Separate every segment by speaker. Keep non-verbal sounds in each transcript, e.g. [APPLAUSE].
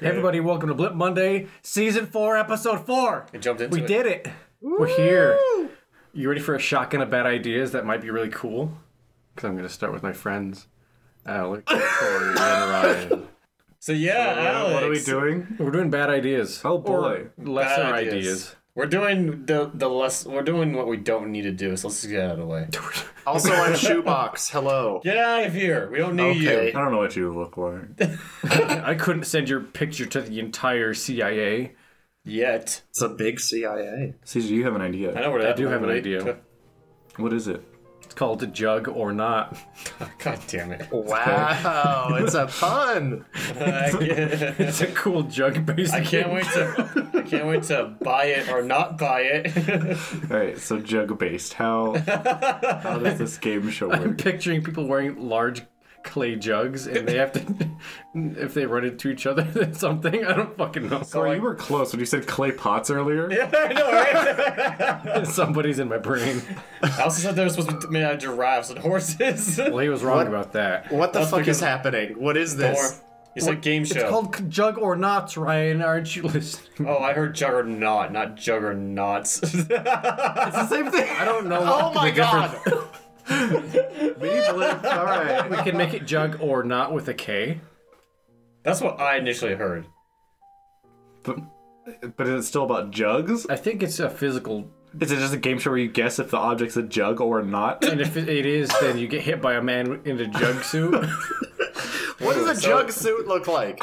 Speaker 1: everybody, welcome to Blip Monday, Season 4, Episode 4.
Speaker 2: It jumped into
Speaker 1: we
Speaker 2: it.
Speaker 1: did it. We're here. You ready for a shotgun of bad ideas that might be really cool? Because I'm going to start with my friends, Alex, Corey, and
Speaker 3: [LAUGHS]
Speaker 1: Ryan.
Speaker 2: So yeah, Alex.
Speaker 3: What are we doing?
Speaker 1: We're doing bad ideas.
Speaker 3: Oh, boy.
Speaker 1: Or lesser
Speaker 2: Bad
Speaker 1: ideas.
Speaker 2: We're doing the the less. We're doing what we don't need to do. So let's just get out of the way.
Speaker 4: Also, I'm [LAUGHS] Shoebox. Hello.
Speaker 2: Get out of here. We don't need
Speaker 4: Okay.
Speaker 2: you.
Speaker 3: I don't know what you look like.
Speaker 1: I couldn't send your picture to the entire CIA.
Speaker 2: Yet.
Speaker 4: It's a big CIA.
Speaker 3: CJ, you have an
Speaker 2: I
Speaker 3: idea.
Speaker 2: know where that.
Speaker 1: I do have an
Speaker 2: went.
Speaker 1: idea.
Speaker 3: What is it?
Speaker 1: It's called a jug or not.
Speaker 2: God damn it. [LAUGHS]
Speaker 4: Wow, it's a pun.
Speaker 2: I can't-
Speaker 1: It's a cool jug based
Speaker 2: I can't wait to. I can't wait to buy it or not buy it. [LAUGHS]
Speaker 3: All right, so jug based. How how does this game
Speaker 1: [LAUGHS]
Speaker 3: show work?
Speaker 1: picturing people wearing large clay jugs and they have
Speaker 4: [LAUGHS]
Speaker 1: to if they run into each other [LAUGHS] then something i don't fucking know
Speaker 3: Corey, you were close when you said clay pots earlier. Yeah.
Speaker 2: I know, right?
Speaker 1: somebody's in my brain
Speaker 2: I also said they were supposed to be made out of giraffes and horses. [LAUGHS]
Speaker 1: well he was wrong
Speaker 4: What?
Speaker 1: about that
Speaker 4: What the
Speaker 2: That's
Speaker 4: fuck
Speaker 2: because-
Speaker 4: is happening? What is
Speaker 2: Or
Speaker 4: this?
Speaker 2: it's a game show.
Speaker 1: it's called jug or knots ryan aren't you listening
Speaker 2: oh, I heard juggernaut, not juggernauts. [LAUGHS]
Speaker 1: the same thing i don't
Speaker 4: [LAUGHS]
Speaker 1: know
Speaker 4: Oh
Speaker 1: what
Speaker 4: my
Speaker 1: the difference-
Speaker 4: god!
Speaker 3: All
Speaker 1: [LAUGHS]
Speaker 3: right.
Speaker 1: we can make it jug or not with a k
Speaker 2: That's what I initially heard.
Speaker 3: But, but is it still about jugs?
Speaker 1: i think it's a physical
Speaker 3: Is it just a game show where you guess if the object's a jug or not?
Speaker 1: and if it is then you get hit by a man in a jug suit [LAUGHS]
Speaker 4: What does a
Speaker 2: So-
Speaker 4: jug suit
Speaker 2: [LAUGHS]
Speaker 4: look like?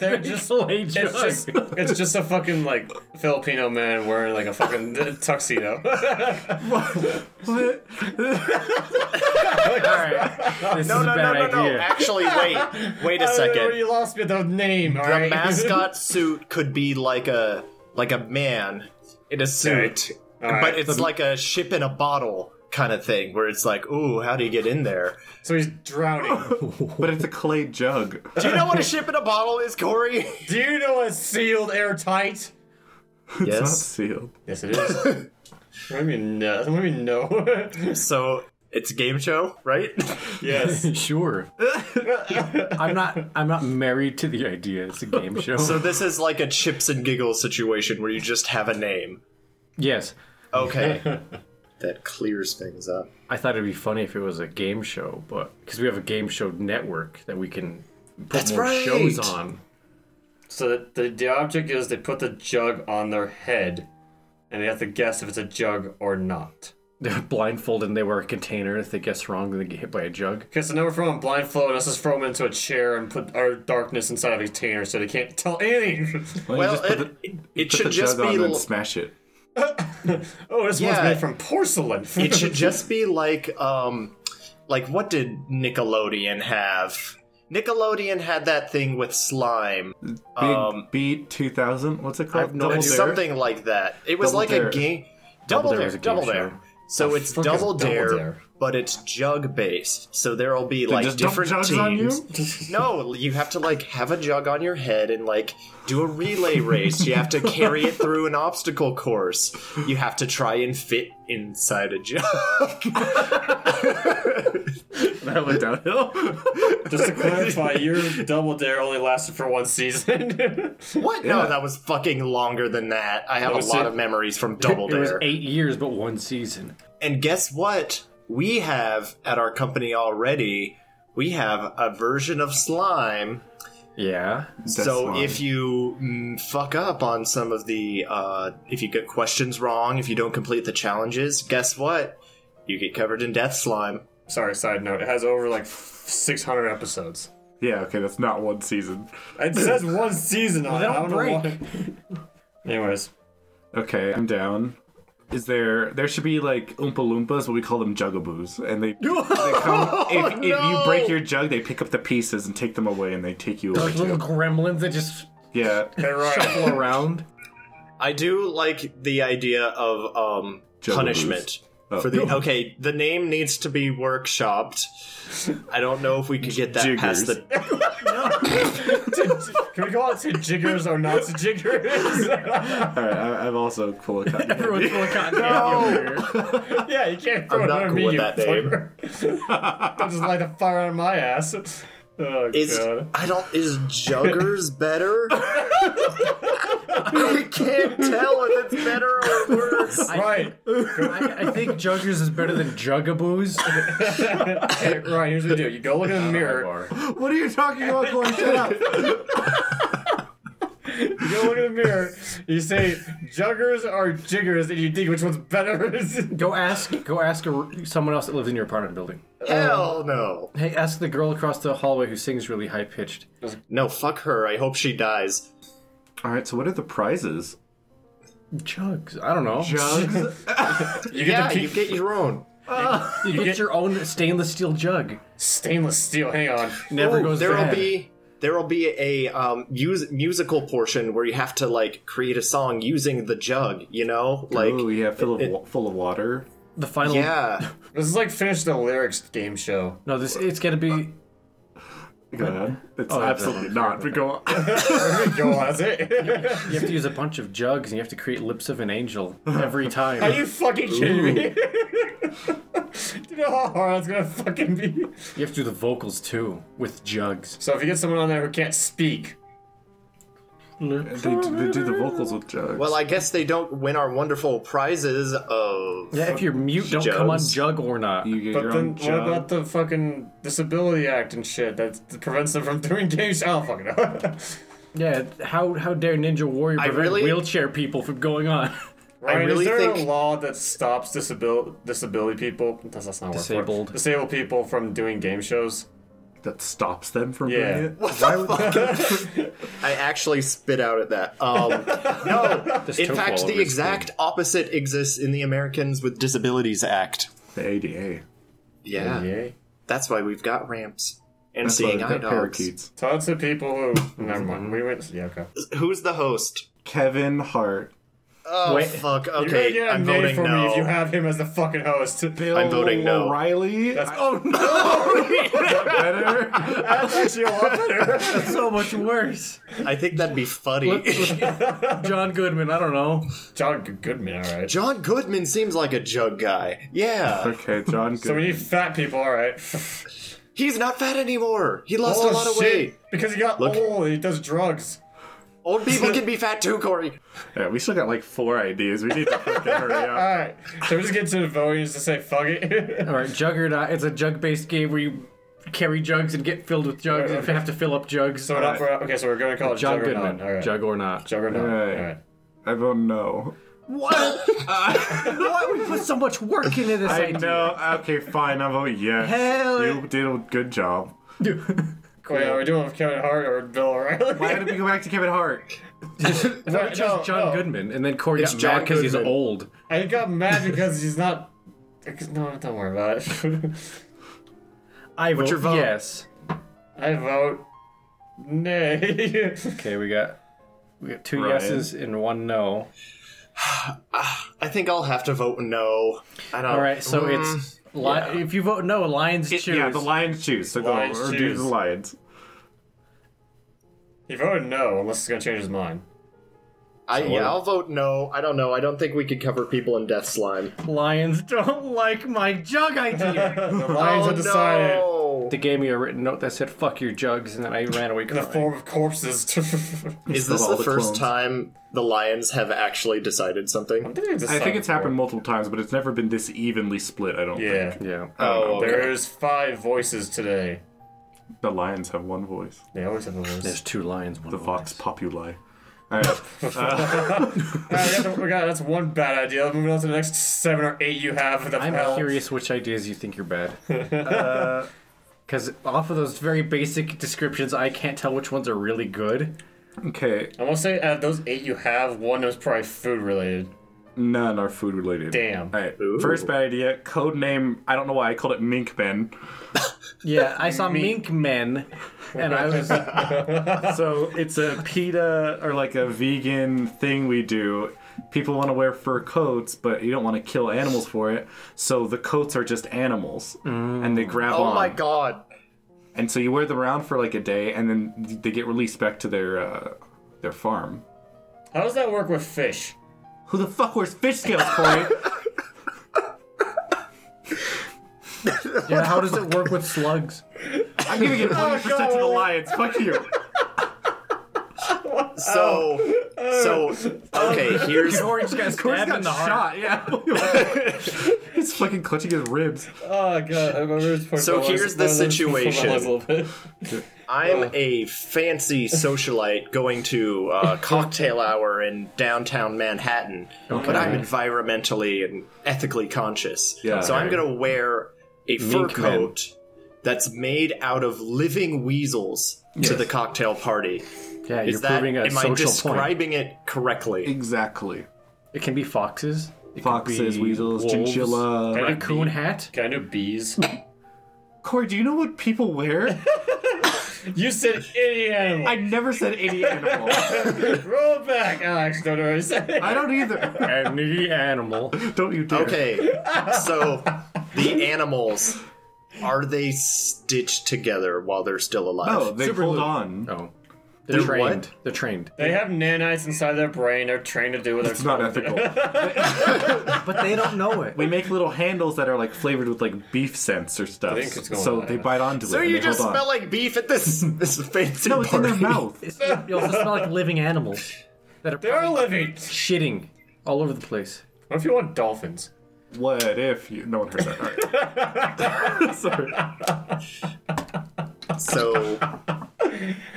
Speaker 2: They're
Speaker 1: [LAUGHS]
Speaker 2: just
Speaker 1: Clay jug.
Speaker 2: It's just, it's just a fucking like Filipino man wearing like a [LAUGHS] fucking tuxedo.
Speaker 1: all right this
Speaker 4: No,
Speaker 1: is a
Speaker 4: no, no,
Speaker 1: bad
Speaker 4: no, no.
Speaker 1: idea
Speaker 2: [LAUGHS]
Speaker 4: Actually, wait. Wait a second.
Speaker 2: you lost me the name. all
Speaker 4: The
Speaker 2: right? [LAUGHS]
Speaker 4: mascot suit could be like a like a man in a suit,
Speaker 2: Alright.
Speaker 4: but it's like a ship in a bottle kind of thing, where it's like, ooh, how do you get in there?
Speaker 2: so he's drowning.
Speaker 3: But it's a clay jug.
Speaker 4: Do you know what a ship in a bottle is, Corey?
Speaker 2: [LAUGHS] Do you know it's sealed airtight?
Speaker 3: It's not
Speaker 4: yes.
Speaker 3: sealed.
Speaker 2: Yes, it is. [LAUGHS] what do you mean no? What do you mean [LAUGHS] no?
Speaker 4: So it's a game show, right?
Speaker 2: yes.
Speaker 4: [LAUGHS]
Speaker 1: Sure. I'm not. I'm not married to the idea. It's a game show.
Speaker 4: So this is like a chips and giggles situation where you just have a name.
Speaker 1: yes,
Speaker 3: [LAUGHS]
Speaker 4: Okay. that clears things up.
Speaker 1: I thought it'd be funny if it was a game show, but because we have a game show network that we can put
Speaker 4: That's
Speaker 1: more
Speaker 4: right.
Speaker 1: shows on.
Speaker 2: So the, the the object is they put the jug on their head, and they have to guess if it's a jug or not.
Speaker 1: They're blindfolded and they wear a container. If they guess wrong, then they get hit by a jug.
Speaker 2: Okay, so now we're throwing blindfold. Let's just throw him into a chair and put our darkness inside of a container so they can't tell anything. [LAUGHS]
Speaker 3: Why don't you
Speaker 4: Well,
Speaker 3: just put
Speaker 4: it,
Speaker 3: the-
Speaker 4: it,
Speaker 3: put
Speaker 4: it
Speaker 3: the
Speaker 4: should just
Speaker 3: jug on
Speaker 4: be
Speaker 3: and
Speaker 4: l-
Speaker 3: smash it.
Speaker 2: oh, this
Speaker 4: Yeah.
Speaker 2: one's made from porcelain. [LAUGHS]
Speaker 3: [LAUGHS]
Speaker 4: it should just be like um like what did Nickelodeon have? Nickelodeon had that thing with slime.
Speaker 3: Big
Speaker 4: Um,
Speaker 3: Beat 2000. What's it called?
Speaker 1: I've no
Speaker 3: Double
Speaker 4: It's
Speaker 3: Dare? [LAUGHS]
Speaker 4: something like that. It was
Speaker 3: Double
Speaker 4: like
Speaker 3: Dare.
Speaker 4: a game Double,
Speaker 1: Dare
Speaker 4: Dare,
Speaker 1: was a game
Speaker 4: Double Dare.
Speaker 1: show.
Speaker 4: So
Speaker 2: The
Speaker 4: it's
Speaker 2: frick is
Speaker 4: double
Speaker 2: Double
Speaker 4: dare,
Speaker 2: Dare?
Speaker 4: but it's jug based. So there'll be like
Speaker 3: just dump
Speaker 4: different
Speaker 3: jugs
Speaker 4: teams.
Speaker 3: on you?
Speaker 4: no, you have to like have a jug on your head and like do a relay race. you have to carry it through an obstacle course. You have to try and fit inside a jug. [LAUGHS]
Speaker 3: That went downhill.
Speaker 2: Just to clarify, your double dare only lasted for one season.
Speaker 4: what? No, that was fucking longer than that. I have a
Speaker 2: was
Speaker 4: lot
Speaker 2: it.
Speaker 4: of memories from double
Speaker 1: It was
Speaker 4: dare.
Speaker 1: eight years, but one season.
Speaker 4: And guess what? We have at our company already. We have a version of slime
Speaker 1: Yeah.
Speaker 4: [LAUGHS] so if you mm, fuck up on some of the, uh, if you get questions wrong, if you don't complete the challenges, guess what? You get covered in death slime.
Speaker 2: [LAUGHS] Sorry, side note. It has over like 600 episodes.
Speaker 3: yeah, okay, that's not one season.
Speaker 2: It says one season on it.
Speaker 1: They
Speaker 2: I
Speaker 1: don't
Speaker 2: don't
Speaker 1: break.
Speaker 2: know why. Anyways,
Speaker 3: Okay, I'm down. Is there there should be like Oompa Loompas, but we call them Jugaboos, and they, they come. If, if you break your jug, they pick up the pieces and take them away, and they take you away
Speaker 1: Like little
Speaker 3: too.
Speaker 1: gremlins that just
Speaker 3: Yeah,
Speaker 2: hey, Ryan.
Speaker 4: [LAUGHS]
Speaker 1: shuffle around.
Speaker 4: I do like the idea of um,
Speaker 3: Juggaboos.
Speaker 4: punishment.
Speaker 3: Oh.
Speaker 4: For
Speaker 3: [LAUGHS]
Speaker 4: the okay, the name needs to be workshopped. I don't know if we could get that past
Speaker 3: Jiggers.
Speaker 4: the.
Speaker 2: Can we call it to jiggers or not to
Speaker 4: [LAUGHS]
Speaker 2: jiggers?
Speaker 3: all right. I, I'm also full of cotton
Speaker 1: Everyone's
Speaker 3: candy.
Speaker 1: full of cotton
Speaker 4: No.
Speaker 1: candy over here.
Speaker 2: yeah, you can't throw
Speaker 4: I'm
Speaker 2: it
Speaker 4: not
Speaker 2: on
Speaker 4: cool
Speaker 2: me,
Speaker 4: with
Speaker 2: you
Speaker 4: that
Speaker 2: fucker. Don't just light a fire on my ass. Oh,
Speaker 4: Is
Speaker 2: God.
Speaker 4: I don't is Juggers better? I can't tell if it's better or worse. [LAUGHS]
Speaker 2: Right.
Speaker 1: I, I think Juggers is better than Jugaboos.
Speaker 2: Hey, Ryan, here's what you do. You go look in the mirror.
Speaker 3: What are you talking about, Corn? Shut up.
Speaker 2: You go look in the mirror. You say, juggers are jiggers, and you think which one's better. [LAUGHS]
Speaker 1: go ask. Go ask a, someone else that lives in your apartment building.
Speaker 4: Hell no.
Speaker 1: Hey, ask the girl across the hallway who sings really high pitched.
Speaker 4: No, fuck her. I hope she dies.
Speaker 3: All right, so what are the prizes?
Speaker 1: Jugs. I don't know.
Speaker 3: Jugs.
Speaker 2: [LAUGHS] you get
Speaker 4: Yeah,
Speaker 2: to keep
Speaker 4: you get your own.
Speaker 1: you get, your own stainless steel jug.
Speaker 2: stainless steel. Hang on.
Speaker 1: Never
Speaker 4: Ooh,
Speaker 1: goes
Speaker 4: there'll
Speaker 1: bad.
Speaker 4: be there'll be a um mus- musical portion where you have to like create a song using the jug, you know? Like
Speaker 3: oh yeah, full of wa- full of water.
Speaker 1: the final.
Speaker 4: yeah.
Speaker 2: This is like finish the lyrics game show.
Speaker 1: No, this it's gonna be.
Speaker 3: Go ahead. It's
Speaker 1: Oh, yeah,
Speaker 3: absolutely
Speaker 1: that's-
Speaker 3: not. But go on.
Speaker 2: Go on, that's it. [LAUGHS]
Speaker 1: You have to use a bunch of jugs, and you have to create lips of an angel every time.
Speaker 2: Are you fucking kidding me? Do [LAUGHS] you know how hard that's gonna fucking be?
Speaker 1: You have to do the vocals too with jugs.
Speaker 2: So if you get someone on there who can't speak,
Speaker 3: they, do, they do the vocals with jugs.
Speaker 4: Well, I guess they don't win our wonderful prizes of
Speaker 1: Yeah, if you're mute, don't come on
Speaker 4: Jugs.
Speaker 1: jug or not.
Speaker 3: you get
Speaker 2: but
Speaker 3: your
Speaker 2: then
Speaker 3: own
Speaker 2: what
Speaker 3: jug.
Speaker 2: about the fucking Disability Act and shit that prevents them from doing [LAUGHS] game show? I don't fucking know. [LAUGHS]
Speaker 1: Yeah, how how dare Ninja Warrior prevent
Speaker 4: really-
Speaker 1: wheelchair people from going on? [LAUGHS]
Speaker 2: Ryan,
Speaker 4: really
Speaker 2: is there a
Speaker 4: think-
Speaker 2: law that stops disabil- disability people? That's, that's not a word for it.
Speaker 1: Disabled.
Speaker 2: disabled people from doing game shows.
Speaker 3: that stops them from
Speaker 2: Yeah.
Speaker 3: doing it?
Speaker 4: What the fuck? I actually spit out at that. Um, no, in
Speaker 1: took all
Speaker 4: fact,
Speaker 1: of
Speaker 4: the
Speaker 1: his
Speaker 4: exact opposite exists in the Americans with Disabilities Act.
Speaker 3: The ADA.
Speaker 4: Yeah,
Speaker 2: Yay.
Speaker 4: that's why we've got ramps and
Speaker 3: That's why
Speaker 4: seeing
Speaker 3: they've
Speaker 4: eye
Speaker 3: got
Speaker 4: dogs.
Speaker 3: parakeets.
Speaker 2: Talk to people who. Never mind. We went. Yeah, okay.
Speaker 4: Who's the host?
Speaker 3: Kevin Hart.
Speaker 4: Oh
Speaker 1: Wait.
Speaker 4: fuck!
Speaker 2: You're gonna
Speaker 4: Okay,
Speaker 2: get a
Speaker 4: I'm
Speaker 2: nay
Speaker 4: voting
Speaker 2: for
Speaker 4: no.
Speaker 2: me if you have him as the fucking host.
Speaker 3: Bill
Speaker 4: voting no.
Speaker 3: O'Reilly.
Speaker 2: oh no!
Speaker 3: [LAUGHS]
Speaker 2: [LAUGHS]
Speaker 3: better. [LAUGHS]
Speaker 2: That's actually a lot better.
Speaker 1: That's so much worse.
Speaker 4: I think that'd be funny.
Speaker 1: John Goodman, I don't know.
Speaker 2: John G- Goodman, all right.
Speaker 4: John Goodman seems like a jug guy.
Speaker 3: [LAUGHS]
Speaker 4: Yeah,
Speaker 3: okay, John. Good.
Speaker 2: So we need fat people, all right.
Speaker 4: he's not fat anymore. He lost
Speaker 2: Oh,
Speaker 4: a lot of weight.
Speaker 2: Because he got old and he does drugs.
Speaker 4: Old people can be fat too, Corey.
Speaker 3: yeah, we still got like four ideas. We need to fucking
Speaker 2: [LAUGHS]
Speaker 3: hurry up.
Speaker 2: All right. So we just get to the voting just to say fuck it. [LAUGHS]
Speaker 1: All right, Juggernaut. It's a jug-based game where you carry jugs and get filled with jugs and have to fill up jugs.
Speaker 2: so we're not for, okay. So we're gonna call it
Speaker 1: John
Speaker 2: Juggernaut.
Speaker 1: Goodman,
Speaker 2: All right.
Speaker 1: jug or not?
Speaker 2: Juggernaut.
Speaker 3: All right.
Speaker 2: All right.
Speaker 3: I don't know.
Speaker 1: [LAUGHS] What? Uh, Why we put so much work into this
Speaker 3: I know. Okay, fine. I'll vote yes.
Speaker 1: Hell-
Speaker 3: you did a good job.
Speaker 1: [LAUGHS]
Speaker 2: Wait, are we doing it with Kevin Hart or Bill O'Reilly?
Speaker 3: Why did we go back to Kevin Hart?
Speaker 2: Wait, [LAUGHS] no,
Speaker 1: Just John
Speaker 2: no.
Speaker 1: Goodman, and then Corey
Speaker 4: It's
Speaker 1: got mad
Speaker 4: John
Speaker 1: because he's
Speaker 4: Goodman.
Speaker 1: old.
Speaker 2: I got mad because he's not. Because, no, don't worry about it. [LAUGHS]
Speaker 1: I vote,
Speaker 4: your vote?
Speaker 1: yes.
Speaker 2: I vote nay. [LAUGHS]
Speaker 1: Okay, we got we got two
Speaker 3: Ryan.
Speaker 1: yeses and one no.
Speaker 4: I think I'll have to vote no. I don't.
Speaker 1: All right, so it's li- if you vote no, lions choose.
Speaker 3: Yeah, the Lions choose. So go
Speaker 2: Lions
Speaker 3: or do
Speaker 2: choose.
Speaker 3: the Lions.
Speaker 2: he voted no, unless he's gonna change his mind.
Speaker 4: I, yeah, I'll vote no. I don't know. I don't think we could cover people in death slime.
Speaker 1: lions don't [LAUGHS] like my jug [LAUGHS] idea.
Speaker 2: The Lions
Speaker 4: oh
Speaker 2: have decided.
Speaker 4: no!
Speaker 1: they gave me a written note that said "fuck your jugs," and then I ran away
Speaker 2: The
Speaker 1: crying.
Speaker 2: form of corpses. [LAUGHS] I
Speaker 4: Is this
Speaker 3: Of all
Speaker 4: the first
Speaker 3: clones.
Speaker 4: time the lions have actually decided something?
Speaker 3: I think it's happened multiple times, but it's never been this evenly split. I don't
Speaker 2: Yeah.
Speaker 3: think.
Speaker 1: yeah.
Speaker 4: Oh, okay.
Speaker 2: There's five voices today.
Speaker 3: The Lions have one voice.
Speaker 2: They always have a voice.
Speaker 1: There's two lions. One
Speaker 3: The
Speaker 1: vote.
Speaker 3: Vox Populi. All right.
Speaker 2: Alright, that's, we got, that's one bad idea. Moving on to the next seven or eight you have. For the
Speaker 1: I'm
Speaker 2: panel.
Speaker 1: curious which ideas you think are bad. Because off of those very basic descriptions, I can't tell which ones are really good.
Speaker 3: okay.
Speaker 2: I want to say out of those eight you have, one was probably food related.
Speaker 3: None are food related.
Speaker 2: Damn.
Speaker 3: All right. First bad idea. Code name. I don't know why I called it [LAUGHS] Minkman.
Speaker 1: Yeah, I saw mink men, and I was
Speaker 3: So it's a PETA or like a vegan thing we do. People want to wear fur coats, but you don't want to kill animals for it. So the coats are just animals, and they grab
Speaker 4: Oh
Speaker 3: on.
Speaker 4: my god!
Speaker 3: And so you wear them around for like a day, and then they get released back to their uh, their farm.
Speaker 2: How does that work with fish?
Speaker 3: Who the fuck wears fish scales, [LAUGHS] Corey?
Speaker 1: [LAUGHS] yeah. How does it work with slugs?
Speaker 3: I I'm gonna give 1% to the
Speaker 2: away.
Speaker 3: lions. Fuck you.
Speaker 4: So, so [LAUGHS] okay. Here's
Speaker 1: Corey's got
Speaker 3: Corey's
Speaker 1: stabbed
Speaker 3: got
Speaker 1: in the heart.
Speaker 3: shot. Yeah. [LAUGHS] He's fucking clutching his ribs.
Speaker 2: Oh god, I remember his part
Speaker 4: So
Speaker 2: about
Speaker 4: here's the
Speaker 2: my life- my
Speaker 4: situation.
Speaker 2: life a little bit.
Speaker 4: I'm a fancy socialite going to uh, cocktail hour in downtown Manhattan, but I'm environmentally and ethically conscious.
Speaker 3: Yeah.
Speaker 4: so I'm going to wear a fur
Speaker 3: Mink men.
Speaker 4: coat that's made out of living weasels to
Speaker 3: Yes.
Speaker 4: the cocktail party.
Speaker 1: Yeah,
Speaker 4: Is
Speaker 1: you're
Speaker 4: that
Speaker 1: proving a
Speaker 4: am I
Speaker 1: social point.
Speaker 4: describing it correctly?
Speaker 3: Exactly.
Speaker 1: It can be foxes. It could
Speaker 3: Foxes,
Speaker 1: be
Speaker 3: weasels,
Speaker 1: wolves,
Speaker 3: chinchilla.
Speaker 1: And a
Speaker 2: Might be.
Speaker 1: coon hat.
Speaker 2: Can I do bees?
Speaker 3: Corey, do you know what people
Speaker 2: [LAUGHS]
Speaker 3: wear?
Speaker 2: you said any animal.
Speaker 3: I never said any animal.
Speaker 2: Roll back, Alex. Don't know what I said.
Speaker 3: I don't
Speaker 4: [LAUGHS]
Speaker 3: either.
Speaker 1: Any animal.
Speaker 3: Don't you dare.
Speaker 2: [LAUGHS]
Speaker 4: Okay, so the animals are they stitched together while they're still alive?
Speaker 3: Oh, they
Speaker 1: Super
Speaker 3: pulled
Speaker 1: glue.
Speaker 3: on.
Speaker 1: Oh. They're,
Speaker 4: They're
Speaker 1: trained.
Speaker 4: what?
Speaker 1: They're trained.
Speaker 2: They have nanites inside their brain. They're trained to do what
Speaker 3: It's
Speaker 2: they're
Speaker 3: not
Speaker 2: [LAUGHS]
Speaker 3: ethical.
Speaker 1: But they don't know it.
Speaker 3: We make little handles that are like flavored with like beef scents or stuff.
Speaker 2: I think it's going
Speaker 3: so
Speaker 2: on.
Speaker 3: they bite onto
Speaker 4: So
Speaker 3: it. and
Speaker 4: you
Speaker 3: they
Speaker 4: just
Speaker 3: hold on.
Speaker 4: smell like beef at this this fancy
Speaker 3: No, it's in
Speaker 4: party.
Speaker 3: their mouth.
Speaker 1: It's- you also smell like living animals that are
Speaker 2: They're
Speaker 1: probably
Speaker 2: living.
Speaker 1: shitting all over the place.
Speaker 2: What if you want dolphins?
Speaker 3: What if you? No one heard that. All right. Sorry.
Speaker 4: So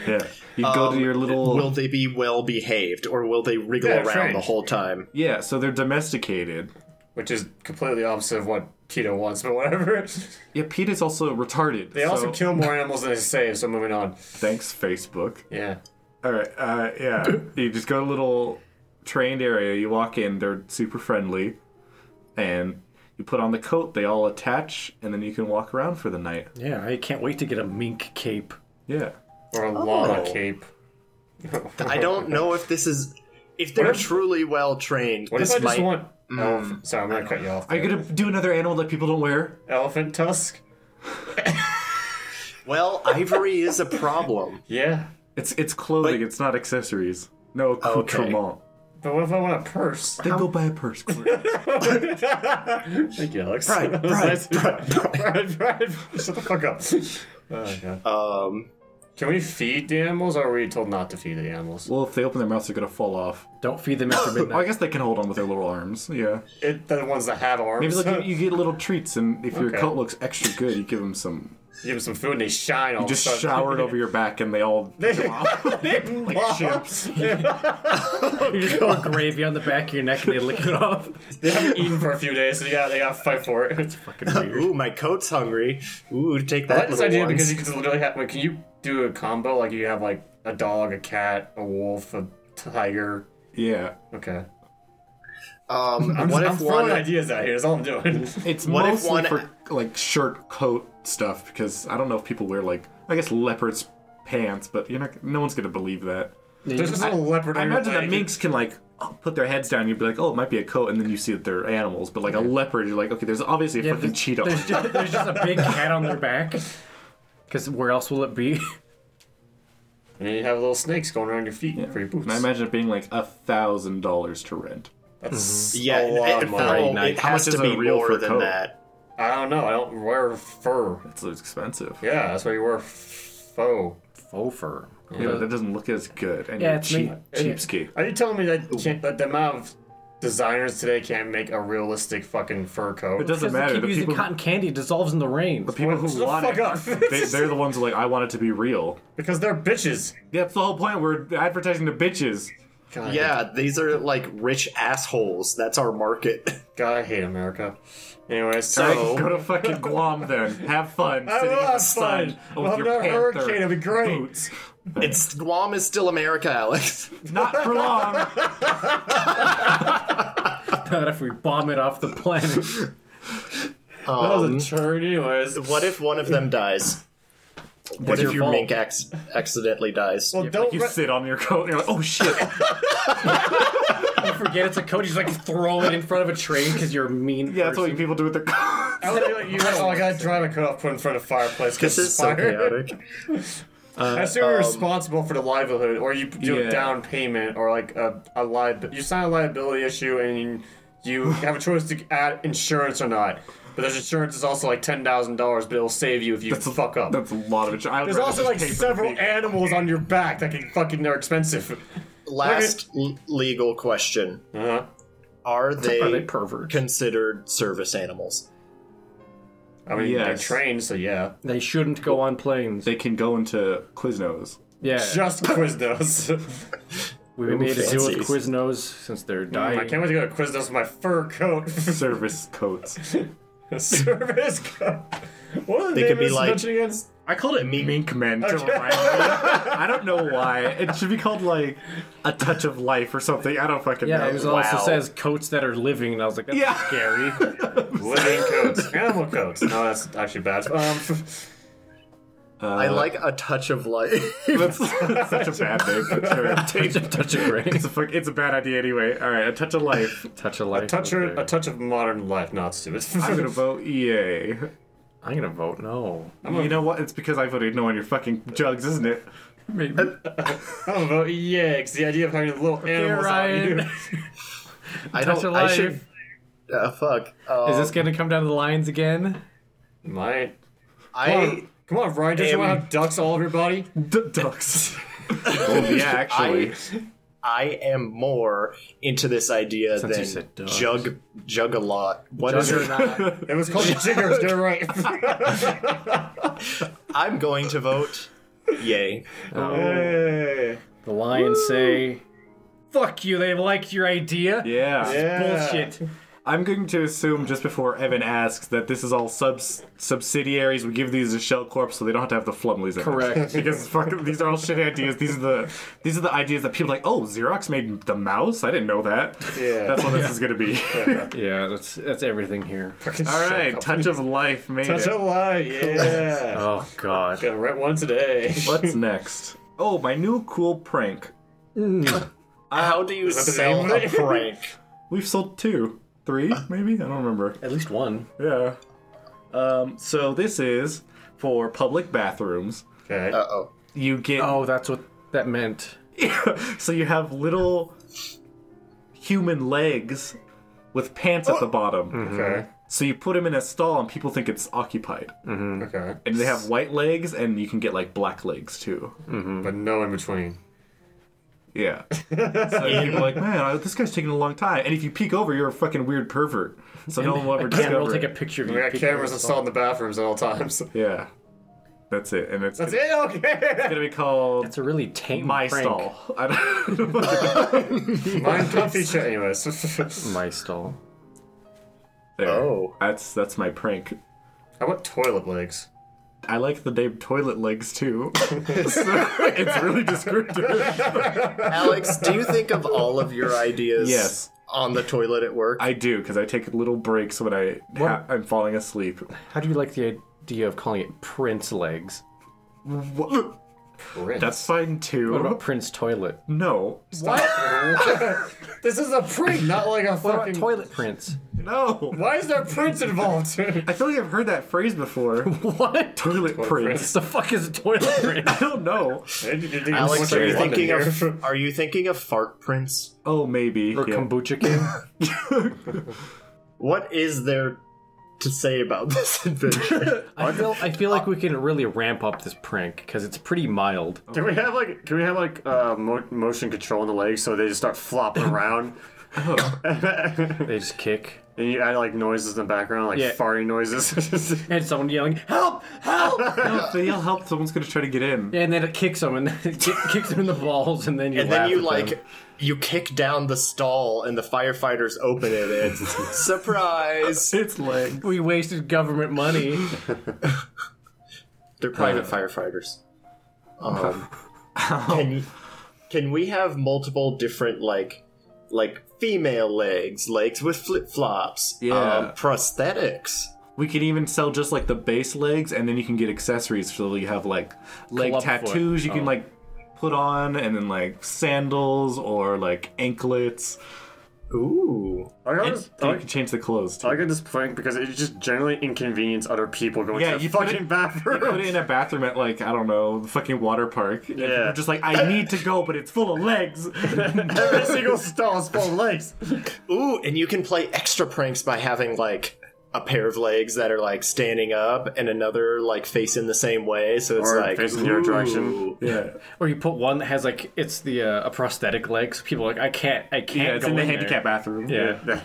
Speaker 3: Yeah. You go to
Speaker 4: Um,
Speaker 3: your little.
Speaker 4: will they be well behaved or will they wriggle
Speaker 2: Yeah,
Speaker 4: around
Speaker 2: trained.
Speaker 4: the whole time?
Speaker 3: yeah. So they're domesticated.
Speaker 2: Which is completely opposite of what Tito wants, but whatever.
Speaker 3: Yeah. Pete is also retarded.
Speaker 2: They also
Speaker 3: so-
Speaker 2: kill more animals than they save. So moving on.
Speaker 3: Thanks, Facebook.
Speaker 2: Yeah.
Speaker 3: All right. Uh, yeah. you just go to a little trained area. You walk in. They're super friendly, and you put on the coat. They all attach, and then you can walk around for the night.
Speaker 1: Yeah, I can't wait to get a mink cape.
Speaker 3: Yeah.
Speaker 2: Or a llama cape.
Speaker 4: I don't know if this is if they're
Speaker 2: What if-
Speaker 4: truly well trained.
Speaker 2: What
Speaker 4: this
Speaker 2: if I just
Speaker 4: might
Speaker 2: want? Elf- Sorry, I'm gonna cut you off.
Speaker 3: Are you gonna do another animal that people don't wear?
Speaker 2: Elephant tusk.
Speaker 4: Well, ivory is a problem.
Speaker 2: Yeah.
Speaker 3: It's it's clothing.
Speaker 4: But-
Speaker 3: it's not accessories. No accoutrement.
Speaker 2: But what if I want a purse?
Speaker 3: Then go buy a purse. Corey.
Speaker 2: Thank you, Alex. [LAUGHS]
Speaker 4: Right,
Speaker 2: That was
Speaker 4: right,
Speaker 2: nice. [LAUGHS] Right, right. Shut the fuck up. Oh, God.
Speaker 4: Um
Speaker 2: Can we feed the animals? Or are we told not to feed the animals?
Speaker 3: well, if they open their mouths, they're gonna fall off.
Speaker 1: Don't feed them after
Speaker 3: Well, I
Speaker 1: midnight.
Speaker 3: guess they can hold on with their little arms. Yeah.
Speaker 2: It, the ones that have arms.
Speaker 3: Maybe
Speaker 2: [LAUGHS]
Speaker 3: like you, you get little treats, and if your
Speaker 2: Okay.
Speaker 3: coat looks extra good, you give them some.
Speaker 2: give them some food and they shine all
Speaker 3: Just
Speaker 2: of a sudden. [LAUGHS]
Speaker 3: shower it over your back, and they all.
Speaker 2: They blobs.
Speaker 1: you just pour gravy on the back of your neck and they lick it off.
Speaker 2: They haven't eaten for a few days, so yeah, they gotta fight for it. It's fucking weird.
Speaker 4: ooh, my coat's hungry. Ooh, take
Speaker 2: I
Speaker 4: that
Speaker 2: like this
Speaker 4: little
Speaker 2: idea
Speaker 4: ones.
Speaker 2: because you can literally have. Wait, can you do a combo? Like you have like a dog, a cat, a wolf, a tiger.
Speaker 3: Yeah.
Speaker 2: Okay.
Speaker 4: Um
Speaker 2: I'm,
Speaker 4: what
Speaker 2: I'm
Speaker 4: if
Speaker 2: throwing
Speaker 4: one
Speaker 2: ideas out here. That's all I'm
Speaker 3: [LAUGHS]
Speaker 2: doing.
Speaker 3: It's
Speaker 4: What if
Speaker 3: mostly
Speaker 4: one-
Speaker 3: for like shirt, coat stuff because I don't know if people wear like I guess leopards pants, but you're not. No one's gonna believe that.
Speaker 2: There's just a little leopard.
Speaker 3: I
Speaker 2: on your
Speaker 3: imagine that
Speaker 2: leg.
Speaker 3: minks can like put their heads down. and You'd be like, oh, it might be a coat, and then you see that they're animals. But like a leopard, you're like, okay, there's obviously a
Speaker 1: Yeah,
Speaker 3: fucking
Speaker 1: there's-
Speaker 3: cheetah.
Speaker 1: [LAUGHS] There's just, there's just a big cat on their back. Because where else will it be? [LAUGHS]
Speaker 2: And then you have little snakes going around your feet for your boots.
Speaker 3: And I imagine it being like a thousand dollars to rent.
Speaker 2: That's
Speaker 4: Mm-hmm. yeah,
Speaker 2: a
Speaker 3: Oh,
Speaker 2: lot
Speaker 4: it,
Speaker 2: of
Speaker 4: it,
Speaker 2: money.
Speaker 4: no, it
Speaker 3: How
Speaker 4: has
Speaker 3: much is
Speaker 4: to
Speaker 3: a
Speaker 4: be
Speaker 3: real
Speaker 4: more
Speaker 3: fur
Speaker 4: than
Speaker 3: coat?
Speaker 4: that.
Speaker 2: I don't know. I don't wear fur.
Speaker 3: That's expensive. Yeah,
Speaker 2: Yeah, that's why you wear f- faux.
Speaker 1: Faux fur.
Speaker 3: but that doesn't look as good. And
Speaker 1: Yeah,
Speaker 3: yeah, you're
Speaker 1: it's
Speaker 3: cheap,
Speaker 1: made-
Speaker 3: cheapskate.
Speaker 2: Are you telling me that, can't, that the amount of designers today can't make a realistic fucking fur coat?
Speaker 3: It
Speaker 1: Because
Speaker 3: doesn't
Speaker 1: they
Speaker 3: matter.
Speaker 1: keep
Speaker 3: The
Speaker 1: using
Speaker 3: people,
Speaker 1: cotton candy, it dissolves in the rain.
Speaker 3: the people
Speaker 2: Shut
Speaker 3: who
Speaker 2: the
Speaker 3: want
Speaker 2: fuck
Speaker 3: it,
Speaker 2: up. [LAUGHS]
Speaker 3: they, they're the ones who like, I want it to be real.
Speaker 2: because they're bitches.
Speaker 3: Yeah, that's the whole point. We're advertising to bitches.
Speaker 2: God,
Speaker 4: Yeah, these are like rich assholes. That's our market.
Speaker 2: God, I hate America. Anyways,
Speaker 4: So-
Speaker 2: [LAUGHS]
Speaker 3: Go to fucking Guam then. Have fun.
Speaker 2: I
Speaker 3: sitting
Speaker 2: will
Speaker 3: in the
Speaker 2: have
Speaker 3: sun
Speaker 2: fun. We'll
Speaker 3: with
Speaker 2: have
Speaker 3: your
Speaker 2: another
Speaker 3: panther
Speaker 2: hurricane. It'll be great.
Speaker 3: Boots. Mm-hmm.
Speaker 4: It's Guam is still America, Alex.
Speaker 3: Not for [LAUGHS] long.
Speaker 1: Not if we bomb it off the [LAUGHS] planet.
Speaker 2: that was a turn, anyways.
Speaker 4: Um, What if one of them dies?
Speaker 1: It's
Speaker 4: What if
Speaker 1: your
Speaker 4: your
Speaker 1: fault.
Speaker 4: mink ac- accidentally dies?
Speaker 2: Well, don't
Speaker 3: You
Speaker 2: re-
Speaker 3: sit on your coat and you're like,
Speaker 2: [LAUGHS]
Speaker 3: oh shit.
Speaker 1: you forget it's a coat, you just like throw it in front of a train because you're a mean.
Speaker 3: Yeah, that's what
Speaker 1: person.
Speaker 3: people do with their coats.
Speaker 2: I would be like, you know, oh, I gotta dry my coat off, put it in front of the fireplace. 'cause
Speaker 4: [LAUGHS] This is
Speaker 2: it's
Speaker 4: so
Speaker 2: fire.
Speaker 4: chaotic.
Speaker 2: I assume you're responsible for the livelihood, or you do
Speaker 3: Yeah.
Speaker 2: a down payment, or like a, a liability. You sign a liability issue, and you have a choice to add insurance or not. But there's insurance is also like ten thousand dollars, but it'll save you if you fuck up.
Speaker 3: That's a lot of. I would
Speaker 2: There's
Speaker 3: rather
Speaker 2: also
Speaker 3: just
Speaker 2: like
Speaker 3: pay for the
Speaker 2: several
Speaker 3: vehicle.
Speaker 2: animals on your back that can fucking they're expensive.
Speaker 4: Last l- legal question:
Speaker 2: Uh-huh.
Speaker 4: Are they,
Speaker 1: Are they perverts?
Speaker 4: considered service animals?
Speaker 2: I mean, they're
Speaker 3: Yes.
Speaker 2: trained, so yeah.
Speaker 1: They shouldn't go on planes.
Speaker 3: They can go into Quiznos.
Speaker 1: yeah,
Speaker 2: Just Quiznos.
Speaker 1: we made a deal with
Speaker 4: fancies.
Speaker 1: Quiznos since they're dying.
Speaker 2: I can't wait to go to Quiznos with my fur coat. [LAUGHS]
Speaker 3: Service coats.
Speaker 2: Service coat. What are the
Speaker 4: They
Speaker 2: name
Speaker 4: could
Speaker 2: of
Speaker 4: be
Speaker 2: this
Speaker 4: like-
Speaker 2: convention again?
Speaker 4: I called it meat.
Speaker 3: Mink men. To rhyme. I don't know why. It should be called like a touch of life or something. I don't fucking know.
Speaker 1: yeah, it was also
Speaker 4: Wow.
Speaker 1: says coats that are living, and I was like, that's
Speaker 3: Yeah.
Speaker 1: scary. [LAUGHS]
Speaker 2: Living coats. Animal coats. No, that's actually bad. Um, [LAUGHS]
Speaker 4: I like a touch of life.
Speaker 3: That's such a bad name. But
Speaker 2: [LAUGHS]
Speaker 3: sure.
Speaker 1: It's a touch of gray.
Speaker 3: It's a fuck, it's a bad idea anyway. All right, a touch
Speaker 2: [LAUGHS]
Speaker 3: of life.
Speaker 1: touch of life.
Speaker 2: touch or,
Speaker 1: okay.
Speaker 2: a touch of modern life. Not stupid. [LAUGHS]
Speaker 3: I'm gonna vote E EA.
Speaker 1: I'm gonna vote no.
Speaker 3: you know what? It's because I voted no on your fucking jugs, isn't it?
Speaker 1: Uh,
Speaker 2: I'm gonna vote yeah, 'cause the idea of having little animals on
Speaker 1: Ryan.
Speaker 2: you.
Speaker 4: [LAUGHS]
Speaker 2: [LAUGHS]
Speaker 4: I
Speaker 1: Touch
Speaker 4: don't.
Speaker 1: of
Speaker 4: I should.
Speaker 1: life.
Speaker 4: Uh, fuck. Um,
Speaker 1: Is this gonna come down to the lines again?
Speaker 2: Might.
Speaker 4: Um, I.
Speaker 2: Oh, Come on, Ryan. Don't you
Speaker 4: Am-
Speaker 2: want to have ducks all over your body?
Speaker 3: D- ducks. oh, [LAUGHS] yeah, actually.
Speaker 4: I, I am more into this idea
Speaker 1: Since you
Speaker 4: than
Speaker 1: said dogs.
Speaker 4: jug jug a lot. What is it?
Speaker 1: Juggernaut.
Speaker 2: It was called jiggers. You're right.
Speaker 4: [LAUGHS] I'm going to vote. Yay.
Speaker 1: Oh.
Speaker 2: [LAUGHS] Hey.
Speaker 1: the lions say, "Fuck you! They liked your idea.
Speaker 3: yeah.
Speaker 2: Yeah.
Speaker 1: Bullshit."
Speaker 2: [LAUGHS]
Speaker 3: I'm going to assume just before Evan asks that this is all subs subsidiaries. We give these to Shell Corp so they don't have to have the flumleys. In it.
Speaker 1: Correct.
Speaker 3: [LAUGHS] because fucking these are all shitty ideas. These are the these are the ideas that people are like. Oh, Xerox made the mouse. I didn't know that.
Speaker 2: Yeah.
Speaker 3: That's what this is gonna be.
Speaker 1: Yeah, that's that's everything here.
Speaker 3: all right, touch of life made
Speaker 2: Touch
Speaker 3: it.
Speaker 2: of light. Yeah.
Speaker 1: Oh God.
Speaker 2: Gonna rent one today. [LAUGHS]
Speaker 3: What's next? Oh, my new cool prank.
Speaker 4: How do you
Speaker 2: Uh, that the
Speaker 4: sell
Speaker 2: name
Speaker 4: a
Speaker 2: of it?
Speaker 4: prank?
Speaker 3: We've sold two, three,
Speaker 2: Uh.
Speaker 3: maybe. I don't remember.
Speaker 1: At least one.
Speaker 3: Yeah. Um. So this is for public bathrooms.
Speaker 2: [LAUGHS] Okay.
Speaker 4: Uh oh.
Speaker 3: You get
Speaker 1: Oh, that's what that meant.
Speaker 3: [LAUGHS] so you have little human legs with pants
Speaker 2: Oh.
Speaker 3: at the bottom.
Speaker 1: Mm.
Speaker 2: okay.
Speaker 3: So you put them in a stall and people think it's occupied.
Speaker 2: Okay.
Speaker 3: And they have white legs and you can get like black legs too.
Speaker 2: But no in between. [LAUGHS]
Speaker 3: Yeah. so people are like, man, I- this guy's taking a long time. And if you peek over, you're a fucking weird pervert. So no one will ever
Speaker 1: Again,
Speaker 3: discover
Speaker 1: we'll take a
Speaker 3: it.
Speaker 1: picture of you.
Speaker 2: We got
Speaker 1: Picture
Speaker 2: cameras
Speaker 1: of us
Speaker 2: installed in the bathrooms at all times.
Speaker 3: Yeah. That's it. And it's
Speaker 2: That's
Speaker 3: gonna,
Speaker 2: it. Okay.
Speaker 3: gonna be called
Speaker 1: It's a really tame
Speaker 3: My
Speaker 1: prank.
Speaker 3: Stall. I don't [LAUGHS]
Speaker 2: Mine comfy shit, anyways. [LAUGHS]
Speaker 1: My stall.
Speaker 3: There.
Speaker 4: Oh.
Speaker 3: That's that's my prank.
Speaker 2: I want toilet legs.
Speaker 3: I like the name toilet legs
Speaker 1: [LAUGHS]
Speaker 3: too. [LAUGHS] So, it's really descriptive.
Speaker 4: Alex, do you think of all of your ideas
Speaker 3: Yes.
Speaker 4: on the toilet at work?
Speaker 3: I do because I take little breaks when I ha- I'm falling asleep.
Speaker 1: How do you like the idea of calling it Prince legs?
Speaker 3: Wha-
Speaker 2: Prince.
Speaker 3: That's fine too.
Speaker 1: What about Prince toilet?
Speaker 3: no,
Speaker 2: What? [LAUGHS] this is a prank, not like a
Speaker 1: What about
Speaker 2: fucking
Speaker 1: toilet prince?
Speaker 3: no.
Speaker 2: Why is there prints [LAUGHS] involved?
Speaker 3: I feel like I've heard that phrase
Speaker 1: [LAUGHS] [LAUGHS]
Speaker 3: before.
Speaker 1: What?
Speaker 3: toilet prince. [LAUGHS]
Speaker 2: prince.
Speaker 1: the fuck is a [LAUGHS] toilet prince?
Speaker 3: I don't know.
Speaker 4: Alex, are you thinking of are you thinking of fart prints?
Speaker 3: Oh, maybe.
Speaker 1: or
Speaker 3: yeah.
Speaker 1: kombucha king?
Speaker 4: What is there to say about [LAUGHS] this adventure?
Speaker 1: [LAUGHS] I feel, I feel like we can really ramp up this prank because it's pretty mild.
Speaker 2: Can we have like can we have like uh, mo- motion control in the legs so they just start [LAUGHS] flopping around? and
Speaker 1: They just kick.
Speaker 2: you add like noises in the background, like
Speaker 1: Yeah.
Speaker 2: farting noises. [LAUGHS]
Speaker 1: And someone yelling, help, help!
Speaker 3: No, if they yell help, someone's gonna try to get
Speaker 1: [LAUGHS]
Speaker 3: in.
Speaker 1: and then it kicks them and then it ki- kicks them in the balls and then you
Speaker 4: and
Speaker 1: laugh
Speaker 4: then you
Speaker 1: at
Speaker 4: like
Speaker 1: them.
Speaker 4: you kick down the stall and the firefighters open it and
Speaker 1: [LAUGHS]
Speaker 4: surprise.
Speaker 3: It's legs.
Speaker 1: We wasted government money.
Speaker 4: They're private firefighters. Um, can can we have multiple different like like female legs, legs with flip flops,
Speaker 3: Yeah.
Speaker 4: prosthetics?
Speaker 3: We can even sell just like the base legs, and then you can get accessories. So you have like leg
Speaker 1: Club foot.
Speaker 3: tattoos you
Speaker 1: Oh.
Speaker 3: can like put on, and then like sandals or like anklets.
Speaker 4: Ooh,
Speaker 2: I like, how this- I
Speaker 3: So you
Speaker 2: like,
Speaker 3: can change the clothes
Speaker 2: I
Speaker 3: too.
Speaker 2: like this prank because it just generally inconvenience other people going
Speaker 3: Yeah,
Speaker 2: to the
Speaker 3: you put
Speaker 2: fucking
Speaker 3: it-
Speaker 2: bathroom.
Speaker 3: Put it in a bathroom at like I don't know the fucking water park. And
Speaker 2: Yeah.
Speaker 3: you're just like I need to go, but it's full of legs.
Speaker 1: [LAUGHS]
Speaker 2: [LAUGHS] Every single stall is full of legs.
Speaker 4: ooh, and you can play extra pranks by having like a pair of legs that are like standing up and another like facing the same way. So it's
Speaker 2: Or
Speaker 4: like
Speaker 2: facing your direction.
Speaker 4: ooh.
Speaker 3: Yeah.
Speaker 1: Or you put one that has like it's the uh, a prosthetic leg, so people are like I can't, I can't.
Speaker 3: Yeah, it's
Speaker 1: go
Speaker 3: in the
Speaker 1: there."
Speaker 3: handicap bathroom.
Speaker 1: Yeah.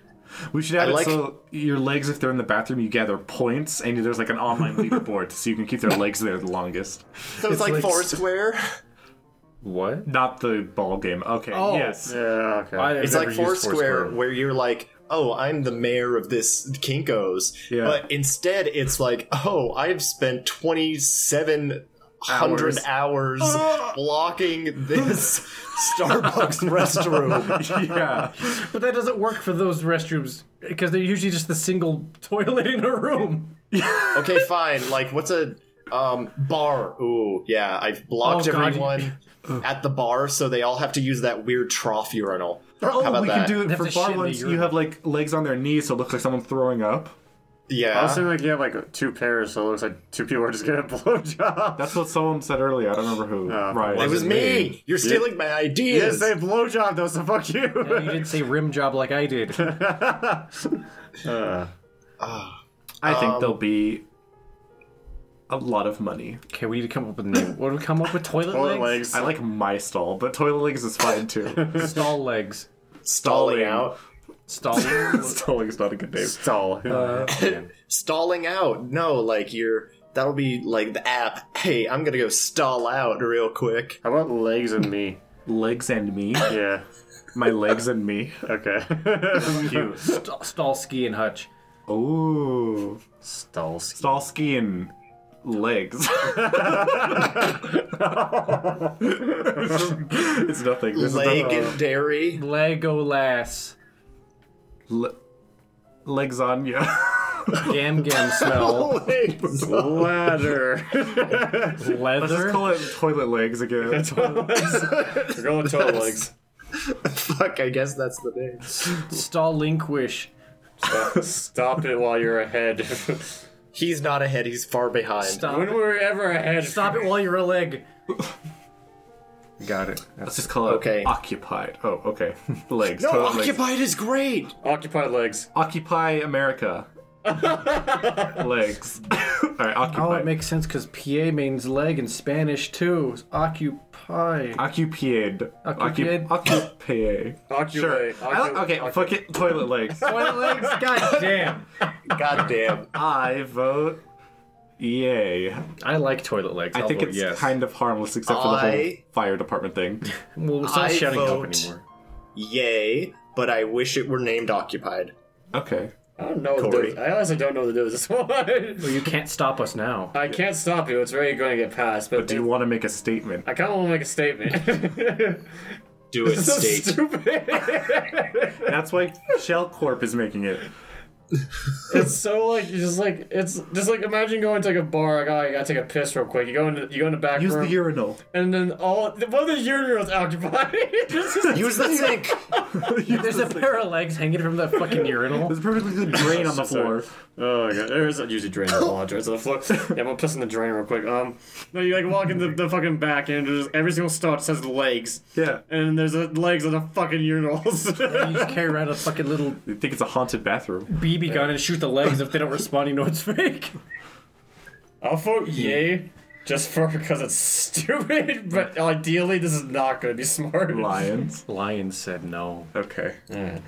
Speaker 1: [LAUGHS]
Speaker 3: We should have
Speaker 4: I
Speaker 3: it
Speaker 4: like-
Speaker 3: so your legs, if they're in the bathroom, you gather points, and there's like
Speaker 1: [LAUGHS]
Speaker 3: an online leaderboard, so you can keep their legs there the longest.
Speaker 4: So it's, like,
Speaker 1: like-
Speaker 4: Foursquare.
Speaker 1: What?
Speaker 3: Not the ball game. Okay. Yes. [LAUGHS]
Speaker 2: Yeah, okay.
Speaker 1: I've
Speaker 4: It's
Speaker 1: never
Speaker 4: like
Speaker 1: used
Speaker 4: Foursquare where you're like, oh, I'm the mayor of this Kinko's.
Speaker 3: Yeah.
Speaker 4: But instead, it's like, oh, I've spent 2,700 hours, blocking this Starbucks restroom.
Speaker 3: yeah.
Speaker 1: But that doesn't work for those restrooms because they're usually just the single [LAUGHS] toilet in a room.
Speaker 4: Okay, fine. Like, what's a um bar ooh yeah i've blocked
Speaker 1: Oh, God.
Speaker 4: everyone at the bar so they all have to use that weird trough urinal
Speaker 3: Oh,
Speaker 4: how about
Speaker 3: we
Speaker 4: that
Speaker 3: can do it
Speaker 1: They have
Speaker 3: for
Speaker 1: to shit
Speaker 3: bar
Speaker 1: in the
Speaker 3: ones. You
Speaker 1: urinal.
Speaker 3: have like legs on their knees, so it looks like someone's throwing up.
Speaker 4: yeah
Speaker 2: I was thinking like you have like two pairs, so it looks like two people are just getting a [LAUGHS] blowjob.
Speaker 3: That's what someone said earlier. I don't remember who. right.
Speaker 4: it was me. You're stealing my
Speaker 2: Yes,
Speaker 4: ideas.
Speaker 2: they blowjob though, so fuck you.
Speaker 1: You
Speaker 2: [LAUGHS]
Speaker 1: didn't say rim job like I did.
Speaker 3: I think
Speaker 4: Um,
Speaker 3: there'll be a lot of money.
Speaker 1: Okay, we need to come up with a name. What do we come up with? Toilet,
Speaker 2: Toilet
Speaker 1: legs?
Speaker 2: legs.
Speaker 3: I like my stall, but toilet legs is fine [LAUGHS] too.
Speaker 1: Stall legs.
Speaker 4: stalling
Speaker 3: Stalling.
Speaker 4: out.
Speaker 1: Stall legs.
Speaker 3: Stalling is not a good
Speaker 2: [LAUGHS] [LAUGHS]
Speaker 3: name.
Speaker 2: stall.
Speaker 4: Stalling out. No, like you're. That'll be like the app. Hey, I'm gonna go stall out real quick.
Speaker 2: I want legs and me.
Speaker 3: Legs and me.
Speaker 2: Yeah.
Speaker 3: My legs and me.
Speaker 2: Okay.
Speaker 3: Cute.
Speaker 1: Stall, stall ski and hutch.
Speaker 3: Ooh.
Speaker 2: Stall.
Speaker 3: Stall skiing legs. [LAUGHS] it's nothing. This is
Speaker 4: Leg
Speaker 3: nothing.
Speaker 1: [LAUGHS]
Speaker 4: and dairy.
Speaker 1: Lego lass.
Speaker 3: Le- legs on you. [LAUGHS]
Speaker 1: Gam gam smell.
Speaker 4: [LAUGHS] Legs.
Speaker 2: [LAUGHS] Ladder.
Speaker 1: Leather.
Speaker 3: Let's call it toilet
Speaker 1: [LAUGHS]
Speaker 3: legs again.
Speaker 2: We're going [LAUGHS] toilet legs.
Speaker 4: Fuck, I guess that's the name.
Speaker 1: Stall linkwish.
Speaker 2: Stop it while you're ahead. [LAUGHS]
Speaker 4: He's not ahead. He's far behind.
Speaker 1: Stop.
Speaker 2: when were we ever ahead?
Speaker 1: Stop it while you're a leg. Got it.
Speaker 3: Let's just call it
Speaker 4: Okay.
Speaker 3: occupied. Oh, okay. [LAUGHS] Legs.
Speaker 4: No,
Speaker 3: toilet legs.
Speaker 4: occupied is great.
Speaker 2: Occupied legs.
Speaker 3: Occupy
Speaker 1: [LAUGHS]
Speaker 3: America. legs. [LAUGHS] All right,
Speaker 1: Oh,
Speaker 3: occupy.
Speaker 1: it makes sense because PA means leg in Spanish too. Occupy.
Speaker 3: Occupied.
Speaker 1: Occupied?
Speaker 3: Occupied. Occupy. Sure.
Speaker 2: Occupy.
Speaker 3: I don't- okay, fuck it. Toilet legs.
Speaker 1: [LAUGHS] Toilet legs? God damn.
Speaker 4: God damn.
Speaker 3: I vote yay. I
Speaker 1: I like toilet legs. I'll
Speaker 3: think
Speaker 1: vote
Speaker 3: it's
Speaker 1: yes.
Speaker 3: kind of harmless except for the whole
Speaker 4: I-
Speaker 2: [LAUGHS]
Speaker 4: [LAUGHS]
Speaker 1: [LAUGHS]
Speaker 2: [LAUGHS] oh, [LAUGHS] [LAUGHS] [LAUGHS]
Speaker 1: [LAUGHS] [LAUGHS]
Speaker 2: Mhm. Mm-hmm. Oh.
Speaker 3: [LAUGHS] [LAUGHS] [LAUGHS] Uh,
Speaker 4: [LAUGHS]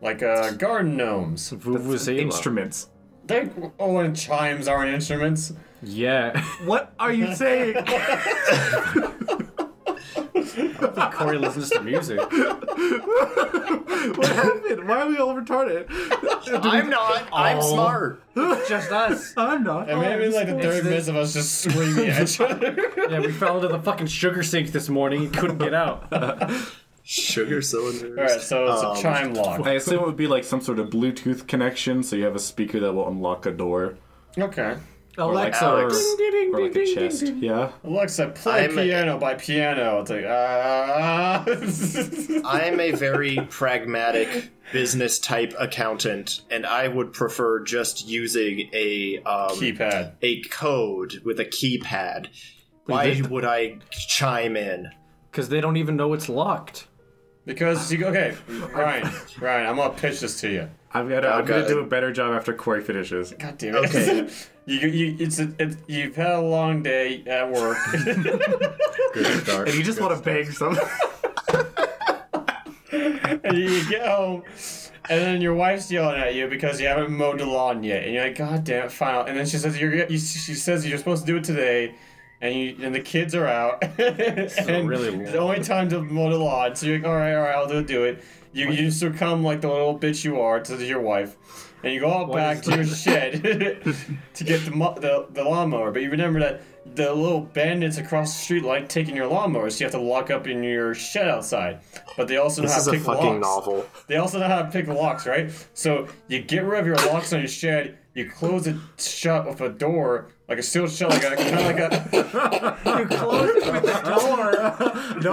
Speaker 2: Like uh, garden gnomes.
Speaker 1: Vuvuzela.
Speaker 3: Instruments.
Speaker 2: They oh, and chimes aren't instruments.
Speaker 1: Yeah.
Speaker 3: What are
Speaker 2: [LAUGHS]
Speaker 3: you saying?
Speaker 1: [LAUGHS] Corey listens to music.
Speaker 3: what happened? Why are we all retarded?
Speaker 4: I'm not. I'm
Speaker 1: Oh.
Speaker 4: smart.
Speaker 1: Just us.
Speaker 3: I'm not.
Speaker 2: And
Speaker 4: Oh,
Speaker 2: maybe like the third minutes of us just screaming at each
Speaker 4: [LAUGHS]
Speaker 2: other.
Speaker 1: Yeah, we fell into the fucking sugar sink this morning and couldn't get out. [LAUGHS]
Speaker 4: Sugar cylinders.
Speaker 2: All right, so it's
Speaker 4: Um,
Speaker 2: a chime lock.
Speaker 3: I assume it would be like some sort of Bluetooth connection, so you have a speaker that will unlock a door
Speaker 2: Okay,
Speaker 1: Alexa.
Speaker 4: Alex.
Speaker 3: or like a chest. Yeah.
Speaker 2: Alexa, play
Speaker 4: I'm a-
Speaker 2: piano by piano. It's like ah.
Speaker 4: I'm a very pragmatic business type accountant, and I would prefer just using a um,
Speaker 2: [LAUGHS] Keypad.
Speaker 4: a code with a keypad. Why would I chime in?
Speaker 1: Because they don't even know it's locked.
Speaker 2: Because you okay, Ryan, Ryan, I'm gonna pitch this to you.
Speaker 3: I've got to, I'm
Speaker 4: Okay.
Speaker 3: gonna do a better job after Corey finishes.
Speaker 2: God damn it.
Speaker 4: Okay.
Speaker 2: [LAUGHS] you, you, it's a, it, you've had a long day at
Speaker 4: [LAUGHS]
Speaker 2: work.
Speaker 1: Good start.
Speaker 3: And you just want to bang something.
Speaker 2: and [LAUGHS] you get home, and then your wife's yelling at you because you haven't mowed the lawn yet, and you're like, God damn it, fine. And then she says you're you, she says you're supposed to do it today, and you and the kids are out, [LAUGHS] and
Speaker 1: really
Speaker 2: it's the only time to mow the lawn. So you're like, all right, all right, I'll do, do it. You you succumb like the little bitch you are to your wife. And you go out back
Speaker 1: is
Speaker 2: to
Speaker 1: [LAUGHS]
Speaker 2: your shed [LAUGHS] to get the, mo- the the lawnmower, but you remember that the little bandits across the street like taking your lawnmower, so you have to lock up in your shed outside. But they also know
Speaker 4: This
Speaker 2: how
Speaker 4: is
Speaker 2: to
Speaker 4: a
Speaker 2: pick
Speaker 4: fucking
Speaker 2: locks.
Speaker 4: novel.
Speaker 2: They also know how to pick locks, right? So you get rid of your locks on your shed, you close it shut with a door, like a steel shut, like a kind of like a.
Speaker 3: [LAUGHS] no,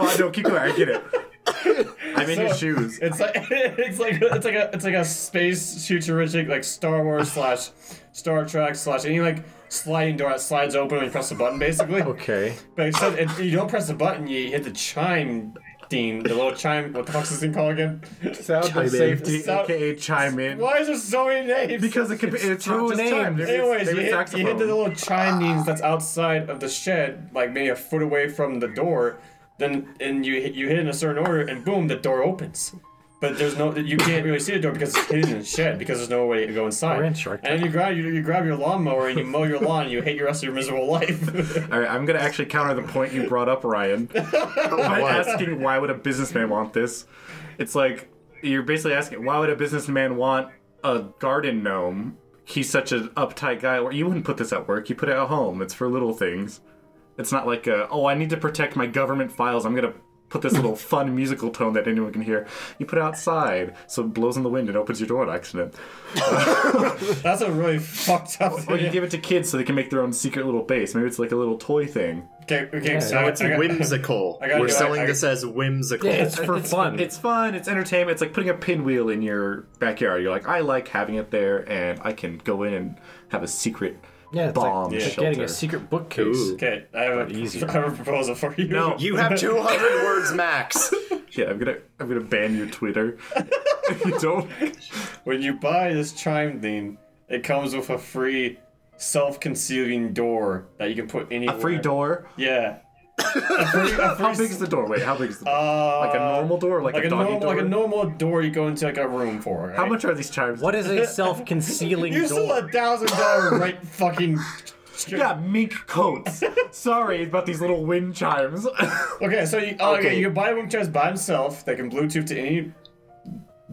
Speaker 3: I don't. Keep going. I get it. [LAUGHS] I'm in your
Speaker 2: So-
Speaker 3: shoes.
Speaker 2: It's like [LAUGHS] it's like it's like a it's like a space futuristic like Star Wars slash Star Trek slash any like sliding door that slides open when you press the button,
Speaker 4: [LAUGHS]
Speaker 2: basically.
Speaker 1: Okay.
Speaker 2: But except it, you don't press the button, you hit the chime. Dean, the little chime. What the fuck's this thing called again? [LAUGHS]
Speaker 3: Sound
Speaker 4: Chime in.
Speaker 3: safety,
Speaker 2: Sound-
Speaker 3: aka chime in.
Speaker 2: Why is there so many names?
Speaker 3: Because it could be, it's not
Speaker 1: two
Speaker 3: just chime.
Speaker 1: names.
Speaker 3: Maybe it's-
Speaker 2: Anyways,
Speaker 3: maybe
Speaker 2: you
Speaker 3: it's
Speaker 2: hit, you hit
Speaker 3: saxophone.
Speaker 2: the little chime means that's outside of the shed, like maybe a foot away from the door. Then and you hit, you hit in a certain order, and boom, the door opens. But there's no you can't really see the door because it's hidden in the shed because there's no way to go inside.
Speaker 1: We're in Shark
Speaker 2: and then you grab you, you grab your lawnmower and you mow your lawn. and You hate your rest of your miserable life. [LAUGHS]
Speaker 3: All right, I'm gonna actually counter the point you brought up, Ryan, by asking why would a businessman want this? It's like you're basically asking why would a businessman want a garden gnome? He's such an uptight guy. Or you wouldn't put this at work. You put it at home. It's for little things. It's not like a, oh, I need to protect my government files. I'm gonna put this little fun musical tone that anyone can hear. You put it outside, so it blows in the wind and opens your door on accident.
Speaker 2: that's a really fucked up.
Speaker 3: Or you
Speaker 2: idea.
Speaker 3: give it to kids so they can make their own secret little base. Maybe it's like a little toy thing.
Speaker 2: Okay, okay, so
Speaker 1: no,
Speaker 2: I-
Speaker 1: it's
Speaker 2: [LAUGHS] I got-
Speaker 4: Whimsical.
Speaker 2: I gotta
Speaker 4: We're
Speaker 2: do it.
Speaker 4: selling
Speaker 2: I-
Speaker 4: this as whimsical.
Speaker 1: It's for
Speaker 3: it's,
Speaker 1: fun.
Speaker 3: It's fun. It's entertainment. It's like putting a pinwheel in your backyard. You're like, I like having it there, and I can go in and have a secret
Speaker 1: yeah, it's like-
Speaker 3: bomb
Speaker 1: it's like
Speaker 3: shelter.
Speaker 1: getting a secret bookcase.
Speaker 4: Ooh.
Speaker 2: Okay, I have, a,
Speaker 1: Easier.
Speaker 2: [LAUGHS] I have a proposal for you.
Speaker 3: No.
Speaker 4: you have 200 words max.
Speaker 3: yeah, I'm gonna I'm gonna ban
Speaker 2: [LAUGHS]
Speaker 3: your Twitter. If you don't.
Speaker 2: When you buy this chime thing, it comes with a free self-concealing door that you can put anywhere.
Speaker 3: A free door.
Speaker 2: Yeah. a free, a free
Speaker 3: How big is the door? Wait, how big is the door?
Speaker 2: uh,
Speaker 3: like a normal door, like,
Speaker 2: like
Speaker 3: a,
Speaker 2: a
Speaker 3: doggy
Speaker 2: normal
Speaker 3: door.
Speaker 2: like a normal door you go into like a room for. Right?
Speaker 3: How much are these chimes?
Speaker 1: What [LAUGHS] is a self-concealing
Speaker 2: You sold
Speaker 1: door?
Speaker 2: a thousand dollar right fucking.
Speaker 3: Yeah, mink
Speaker 2: [LAUGHS]
Speaker 3: coats. Sorry about these little wind chimes.
Speaker 2: Okay, so you, oh, okay.
Speaker 4: Okay.
Speaker 2: you can buy one chest by himself that can Bluetooth to any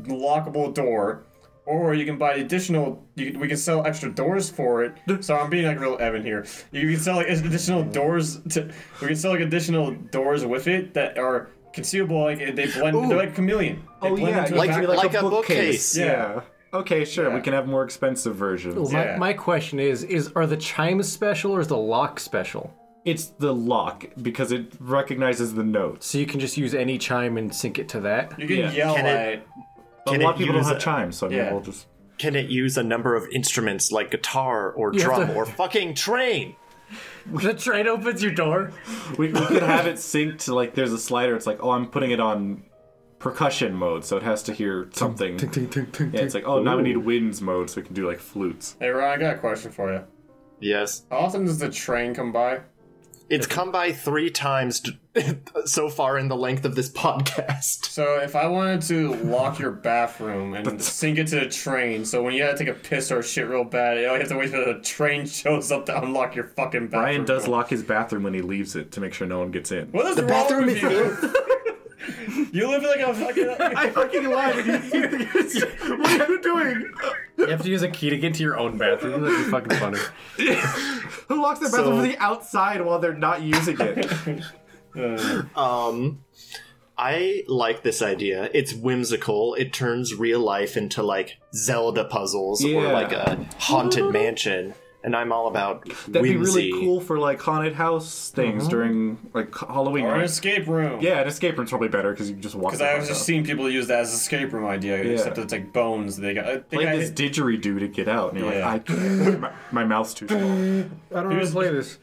Speaker 2: lockable door, or you can buy additional. You, we can sell extra doors for it. So I'm being like real Evan here. You can sell like additional doors. To, we can sell like additional doors with it that are concealable. Like they blend. They're like chameleon. They
Speaker 3: [LAUGHS] oh
Speaker 2: blend
Speaker 3: yeah,
Speaker 2: into
Speaker 3: you
Speaker 2: a
Speaker 4: like-
Speaker 3: can
Speaker 2: back-
Speaker 3: be
Speaker 4: like a bookcase.
Speaker 3: Yeah.
Speaker 2: Yeah.
Speaker 3: Okay, sure.
Speaker 2: Yeah.
Speaker 3: We can have more expensive versions.
Speaker 1: My,
Speaker 2: Yeah.
Speaker 1: my question is: Is are the chimes special or is the lock special?
Speaker 3: It's the lock because it recognizes the notes.
Speaker 1: So you can just use any chime and sync it to that.
Speaker 2: you can
Speaker 3: yeah.
Speaker 2: yell
Speaker 4: Can it-
Speaker 2: at. it.
Speaker 3: But
Speaker 4: Can
Speaker 3: a lot
Speaker 4: it
Speaker 3: of people don't
Speaker 4: use
Speaker 3: have
Speaker 4: a-
Speaker 3: chimes, so I mean,
Speaker 2: Yeah.
Speaker 3: we'll just.
Speaker 4: Can it use a number of instruments like guitar or
Speaker 1: have
Speaker 4: drum
Speaker 1: to-
Speaker 4: or fucking train?
Speaker 1: [LAUGHS] The train opens your door.
Speaker 3: We, we could have it synced to like there's a slider. It's like oh I'm putting it on percussion mode, so it has to hear something.
Speaker 1: Ting, ting, ting, ting,
Speaker 3: Yeah,
Speaker 1: ting.
Speaker 3: it's like oh now we need winds mode, so we can do like flutes.
Speaker 2: Hey Ryan, I got a question for you.
Speaker 4: Yes.
Speaker 2: How often does the train come by?
Speaker 4: It's come by three times d- [LAUGHS] so far in the length of this [LAUGHS] podcast.
Speaker 2: So if I wanted to lock your bathroom and sink it to the train, so when you gotta take a piss or shit real bad, you only have to wait till the train shows up to unlock your fucking bathroom.
Speaker 3: Ryan does lock his bathroom when he leaves it to make sure no one gets in.
Speaker 2: What is
Speaker 4: The
Speaker 2: wrong
Speaker 4: bathroom
Speaker 2: with
Speaker 4: is
Speaker 2: you?
Speaker 4: in.
Speaker 2: [LAUGHS] You live like a fucking.
Speaker 3: I fucking lied. [LAUGHS] what are you doing?
Speaker 1: You have to use a key to get to your own bathroom. That'd be fucking [LAUGHS] funny.
Speaker 3: Who locks their
Speaker 4: So-
Speaker 3: bathroom from the outside while they're not using [LAUGHS] it?
Speaker 4: Um, I like this idea. It's whimsical. It turns real life into like Zelda puzzles or
Speaker 3: Yeah.
Speaker 4: like a haunted mansion. And I'm all about
Speaker 3: That'd
Speaker 4: whimsy.
Speaker 3: be really cool for like haunted house things during like Halloween.
Speaker 2: or an
Speaker 3: Right?
Speaker 2: escape room.
Speaker 3: Yeah, an escape room's probably better because you can just walk.
Speaker 2: Because I've just seen people use that as an escape room idea, except it's like bones. They got. I think
Speaker 3: play
Speaker 2: I-
Speaker 3: this didgeridoo to get out, and you're
Speaker 2: Yeah.
Speaker 3: like, I can't. [LAUGHS] my, my mouth's too small.
Speaker 1: I don't know how to play this.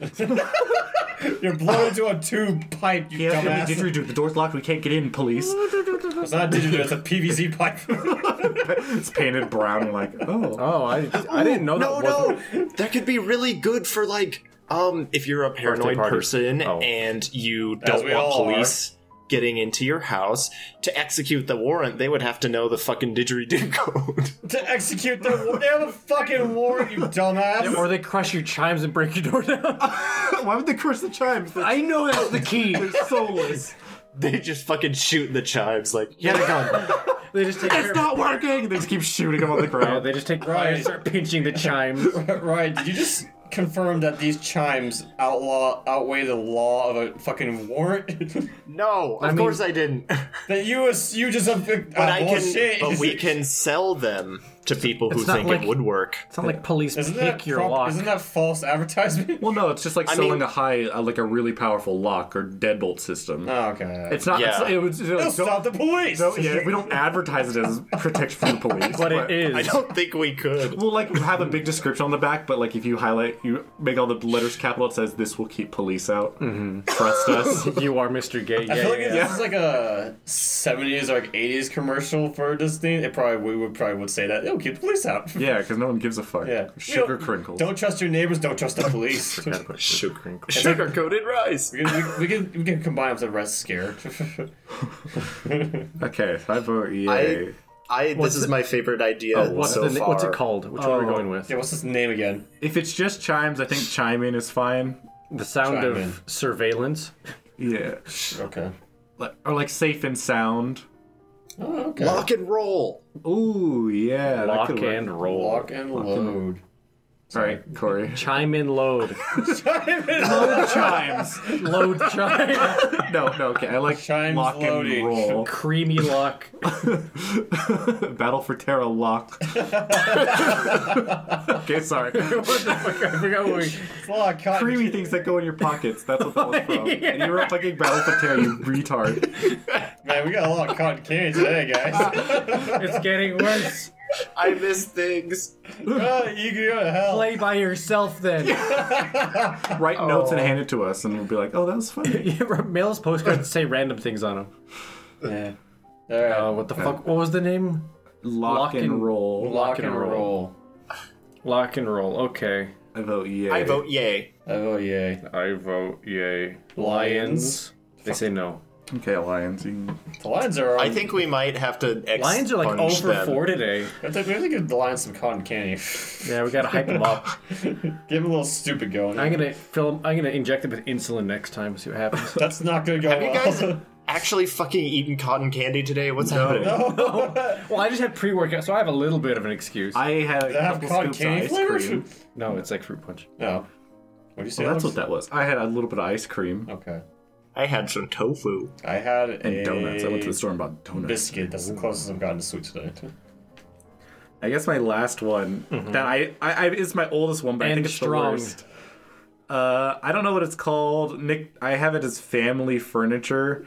Speaker 2: You're blown into a tube pipe, you
Speaker 3: Yeah,
Speaker 2: dumbass.
Speaker 3: didgeridoo. The door's locked. We can't get in. Police.
Speaker 2: It's not a didgeridoo, it's a PVC pipe. [LAUGHS]
Speaker 3: it's painted brown. You're like, oh, [LAUGHS]
Speaker 1: Oh, I I didn't know
Speaker 4: no,
Speaker 1: that wasn't.
Speaker 4: no. That could be really good for like um if you're a paranoid
Speaker 1: party.
Speaker 4: person
Speaker 1: Oh.
Speaker 4: and you
Speaker 2: As
Speaker 4: don't
Speaker 2: we
Speaker 4: want
Speaker 2: all are.
Speaker 4: police getting into your house to execute the warrant, they would have to know the fucking didgeridoo [LAUGHS] code.
Speaker 2: to execute the war. They have a fucking warrant,
Speaker 3: [LAUGHS]
Speaker 2: you dumbass.
Speaker 1: [LAUGHS] Or they crush your chimes and break your door down.
Speaker 3: why would they curse the chimes?
Speaker 1: [LAUGHS]
Speaker 3: They're [LAUGHS]
Speaker 1: I know that's the [LAUGHS] key.
Speaker 3: soulless.
Speaker 4: they just fucking shoot the chimes like, yeah, a gun.
Speaker 1: They just take.
Speaker 3: it's not working. They just keep shooting them on the
Speaker 1: Oh,
Speaker 3: ground.
Speaker 1: they just take fire and start [LAUGHS] pinching the chimes.
Speaker 2: [LAUGHS] Right, did you just confirm that these chimes outlaw outweigh the law of a fucking warrant? [LAUGHS]
Speaker 4: no, of
Speaker 1: mean-
Speaker 4: course I didn't. But
Speaker 2: that you ass- you just have ah, but
Speaker 4: I can but we can sell them to people who
Speaker 1: It's not
Speaker 4: think
Speaker 1: like-
Speaker 4: it would work.
Speaker 1: It's not like police
Speaker 2: Isn't that
Speaker 1: pick your
Speaker 2: prop-
Speaker 1: lock.
Speaker 2: Isn't that false
Speaker 3: [LAUGHS]
Speaker 2: advertisement?
Speaker 3: Well, no, it's just like selling
Speaker 4: mean-
Speaker 3: a high, uh, like a really powerful lock or deadbolt system.
Speaker 1: Uh,
Speaker 2: oh, okay.
Speaker 3: it's not.
Speaker 4: Yeah.
Speaker 3: It's, it was. It
Speaker 2: They'll
Speaker 3: was
Speaker 2: stop the police.
Speaker 3: don't- yeah, we don't advertise it as protection from the police,
Speaker 1: but it is.
Speaker 4: I don't think we could.
Speaker 3: We'll like have a big description on the back, but like if you highlight, you make all the letters capital. It says this will keep police out. Trust us.
Speaker 1: You are Mr. Gay. yeah,
Speaker 2: I feel like
Speaker 1: yeah,
Speaker 2: if
Speaker 1: yeah.
Speaker 2: this is like a '70s or like '80s commercial for this thing. It probably we would probably would say that it'll keep the police out. [LAUGHS]
Speaker 3: yeah, because no one gives a fuck.
Speaker 2: Yeah.
Speaker 3: Sugar
Speaker 2: You know,
Speaker 3: crinkles.
Speaker 2: Don't trust your neighbors. Don't trust the police. we, can,
Speaker 1: Sugar and
Speaker 4: Sugar coated
Speaker 2: [LAUGHS]
Speaker 4: rice.
Speaker 2: we, we can we can combine them to rest scare. [LAUGHS]
Speaker 3: Okay, I vote yay.
Speaker 4: I, I this is my favorite idea
Speaker 1: Oh, What's,
Speaker 4: Oh, so
Speaker 1: the,
Speaker 4: far.
Speaker 1: what's it called? Which one are we
Speaker 3: Oh.
Speaker 1: going with?
Speaker 2: yeah, what's his name again?
Speaker 3: If it's just chimes, I think chime in is fine.
Speaker 1: The sound
Speaker 2: Chime
Speaker 1: of
Speaker 2: in.
Speaker 1: surveillance.
Speaker 3: Yeah,
Speaker 2: Okay.
Speaker 3: Like- or like safe and sound.
Speaker 2: Oh, okay.
Speaker 4: Lock and roll.
Speaker 3: Ooh, yeah. that
Speaker 1: Lock
Speaker 3: could work.
Speaker 1: and roll.
Speaker 2: Lock and load. [LAUGHS]
Speaker 3: All right, Corey.
Speaker 1: Chime in load.
Speaker 3: Load chimes.
Speaker 1: [LAUGHS] load chime.
Speaker 3: No, no, okay. I like
Speaker 2: Chimes
Speaker 3: lock
Speaker 2: loading.
Speaker 3: and roll.
Speaker 1: [LAUGHS] Creamy lock.
Speaker 3: [LAUGHS] Battle for Terra lock. [LAUGHS] okay, sorry.
Speaker 1: [LAUGHS] what the fuck? I forgot what we.
Speaker 2: Lock, cotton
Speaker 3: Creamy
Speaker 2: gin.
Speaker 3: things that go in your pockets. That's what that was from. And you were fucking Battle for Terra, you retard.
Speaker 2: Man, we got a lot of cotton candy today,
Speaker 3: [LAUGHS]
Speaker 2: guys.
Speaker 1: It's getting worse.
Speaker 4: I miss things.
Speaker 2: Uh, you can go to hell.
Speaker 1: Play by yourself then. [LAUGHS]
Speaker 3: Write notes and hand it to us, and we'll be like, oh, that was funny.
Speaker 1: Mail's postcards say random things on them.
Speaker 2: Yeah. All right.
Speaker 1: Uh, what the fuck? What was the name? [LAUGHS]
Speaker 3: Lock,
Speaker 1: Lock
Speaker 3: and,
Speaker 1: and-
Speaker 3: roll.
Speaker 2: lock, and roll.
Speaker 1: Lock and roll. Okay.
Speaker 3: I vote E yay.
Speaker 4: I vote yay.
Speaker 2: Oh yay.
Speaker 1: I vote yay.
Speaker 2: Lions.
Speaker 1: They say no.
Speaker 3: Okay, Lions. You can...
Speaker 2: The lions are. um,
Speaker 4: I think we might have to. Ex-
Speaker 1: Lions are like
Speaker 4: punch
Speaker 1: over
Speaker 4: them.
Speaker 1: four today.
Speaker 2: We have to we have to give the lions some cotton candy. [LAUGHS]
Speaker 1: Yeah, we gotta hype them up.
Speaker 2: Give him a little stupid going.
Speaker 1: I'm gonna fill. I'm gonna inject it with insulin next time. See what
Speaker 2: [LAUGHS]
Speaker 1: happens.
Speaker 2: That's not gonna go
Speaker 4: Have you
Speaker 2: well. [LAUGHS]
Speaker 4: guys
Speaker 1: [LAUGHS]
Speaker 4: actually fucking eaten cotton candy today? What's happening?
Speaker 2: Oh.
Speaker 1: well, I just had pre-workout, so I have a little bit of an excuse.
Speaker 3: I had a
Speaker 2: They have
Speaker 3: couple
Speaker 2: cotton
Speaker 3: scoops of
Speaker 2: candy
Speaker 3: ice
Speaker 2: flavors?
Speaker 3: cream.
Speaker 1: no, it's like fruit punch.
Speaker 2: No. What do you say?
Speaker 3: Well, Oh, that's
Speaker 2: Alex?
Speaker 3: what that was. I had a little bit of ice cream
Speaker 2: Okay.
Speaker 4: I had some tofu. [LAUGHS]
Speaker 2: I had
Speaker 3: and
Speaker 2: a
Speaker 3: donuts. I went to the store and bought donuts.
Speaker 2: biscuit. That's the closest I've gotten to sweet today. [LAUGHS]
Speaker 3: I guess my last one that I, I, I is my oldest one, but I
Speaker 1: And
Speaker 3: think it's
Speaker 1: strong.
Speaker 3: the worst. Uh, I don't know what it's called. Nick, I have it as family furniture.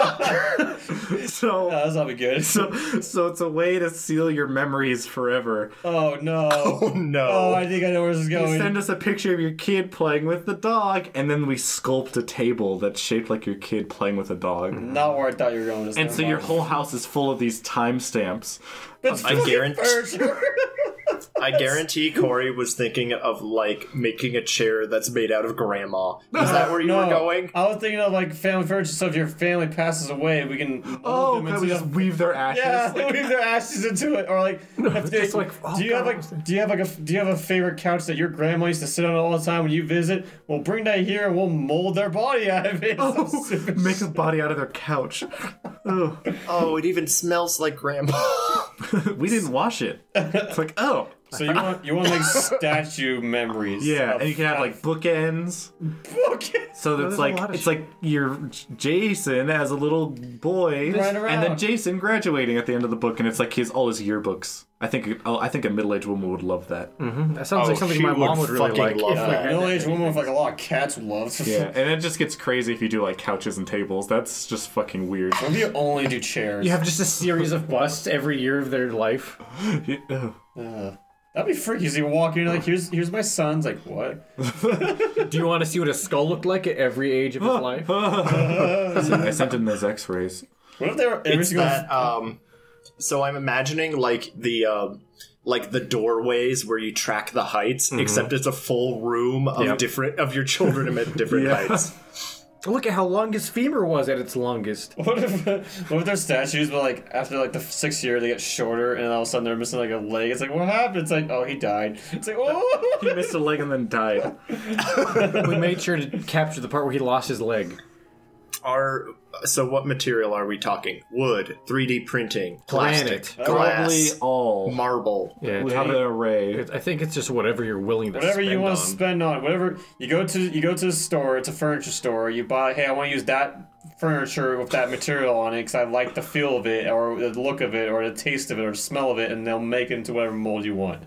Speaker 3: [LAUGHS] so,
Speaker 2: That's not be good.
Speaker 3: so, so it's a way to seal your memories forever.
Speaker 2: Oh
Speaker 3: [LAUGHS]
Speaker 2: no.
Speaker 4: Oh no!
Speaker 2: Oh, I think I know where this is
Speaker 3: You
Speaker 2: going.
Speaker 3: send us a picture of your kid playing with the dog, and then we sculpt a table that's shaped like your kid playing with a dog.
Speaker 2: Not where I thought you were going. [LAUGHS]
Speaker 3: And so your whole house is full of these timestamps. [LAUGHS]
Speaker 4: I guarantee. I guarantee Corey was thinking of like making a chair that's made out of grandma. Is that where you were going?
Speaker 2: I was thinking of like family virtue. So if your family passes away, we can mold
Speaker 3: Oh,
Speaker 2: them
Speaker 3: can
Speaker 2: into
Speaker 3: we just
Speaker 2: the-
Speaker 3: weave their ashes?
Speaker 2: [LAUGHS] yeah, [LAUGHS] leave their ashes into it, or like, if they,
Speaker 1: just like, oh,
Speaker 2: do you have
Speaker 1: God,
Speaker 2: like, do you have like a, do you have a favorite couch that your grandma used to sit on all the time when you visit? Well, bring that here, and we'll mold their body out of it. [LAUGHS] Some
Speaker 3: Oh.
Speaker 2: stupid
Speaker 3: Make a body out of their couch. Ugh.
Speaker 4: Oh, it even smells like grandma.
Speaker 3: We didn't wash it. It's like,
Speaker 2: [LAUGHS]
Speaker 3: oh.
Speaker 2: So you want you want like statue memories?
Speaker 3: Yeah,
Speaker 2: of-
Speaker 3: and you can have like bookends.
Speaker 2: [LAUGHS] Okay.
Speaker 3: So
Speaker 1: there's
Speaker 3: it's
Speaker 1: a
Speaker 3: like
Speaker 1: lot of
Speaker 3: it's
Speaker 1: shit.
Speaker 3: like your J- Jason as a little boy,
Speaker 2: Right
Speaker 3: and
Speaker 2: around.
Speaker 3: then Jason graduating at the end of the book, and it's like his all his yearbooks. I think oh, I think a middle aged woman would love that.
Speaker 1: That sounds
Speaker 4: Oh,
Speaker 1: like something
Speaker 4: she
Speaker 1: my mom would
Speaker 4: would
Speaker 1: really
Speaker 4: fucking
Speaker 1: like.
Speaker 4: love
Speaker 1: if we
Speaker 4: that.
Speaker 1: had
Speaker 2: Middle aged
Speaker 3: [LAUGHS]
Speaker 1: anything.
Speaker 2: Uh, woman with like a lot of cats loves.
Speaker 3: Yeah, and it just gets crazy if you do like couches and tables. That's just
Speaker 2: [LAUGHS]
Speaker 3: fucking weird. [LAUGHS]
Speaker 2: What if you only do chairs?
Speaker 1: You have just a series of busts every year of their life.
Speaker 3: Ugh.
Speaker 2: That'd be freaky. So you walk in, you're like, here's here's my son's like, what?
Speaker 1: Do you want to see what a skull looked like at every age of his life?
Speaker 3: I sent him those X-rays.
Speaker 2: What if they were every
Speaker 4: it's
Speaker 2: single
Speaker 4: that um so I'm imagining like the um like the doorways where you track the heights, except it's a full room of
Speaker 1: Mm-hmm. Yep.
Speaker 4: different of your children
Speaker 1: [LAUGHS]
Speaker 4: at different
Speaker 3: Yeah.
Speaker 4: heights.
Speaker 1: Look at how long his femur was at its
Speaker 2: [LAUGHS]
Speaker 1: longest.
Speaker 2: [LAUGHS] What if what if their statues were like after like the sixth year they get shorter and all of a sudden they're missing like a leg? It's like what happened? It's like oh he died. It's like
Speaker 3: [LAUGHS] He [LAUGHS]
Speaker 2: oh
Speaker 3: missed a leg and then died.
Speaker 1: We made sure to capture the part where he lost his leg.
Speaker 4: Are so what material are we talking? Wood, 3D printing, plastic,
Speaker 1: Granite.
Speaker 3: [LAUGHS] Probably
Speaker 4: glass,
Speaker 3: all.
Speaker 4: marble.
Speaker 1: Yeah,
Speaker 3: We have an array.
Speaker 1: I think it's just whatever you're willing to
Speaker 2: whatever
Speaker 1: spend
Speaker 2: you want
Speaker 1: on.
Speaker 2: to spend on whatever you go to you go to the store. It's a furniture store. You buy hey I want to use that furniture with that material on it because I like the feel of it or the look of it or the taste of it or the smell of it and they'll make it into whatever mold you want.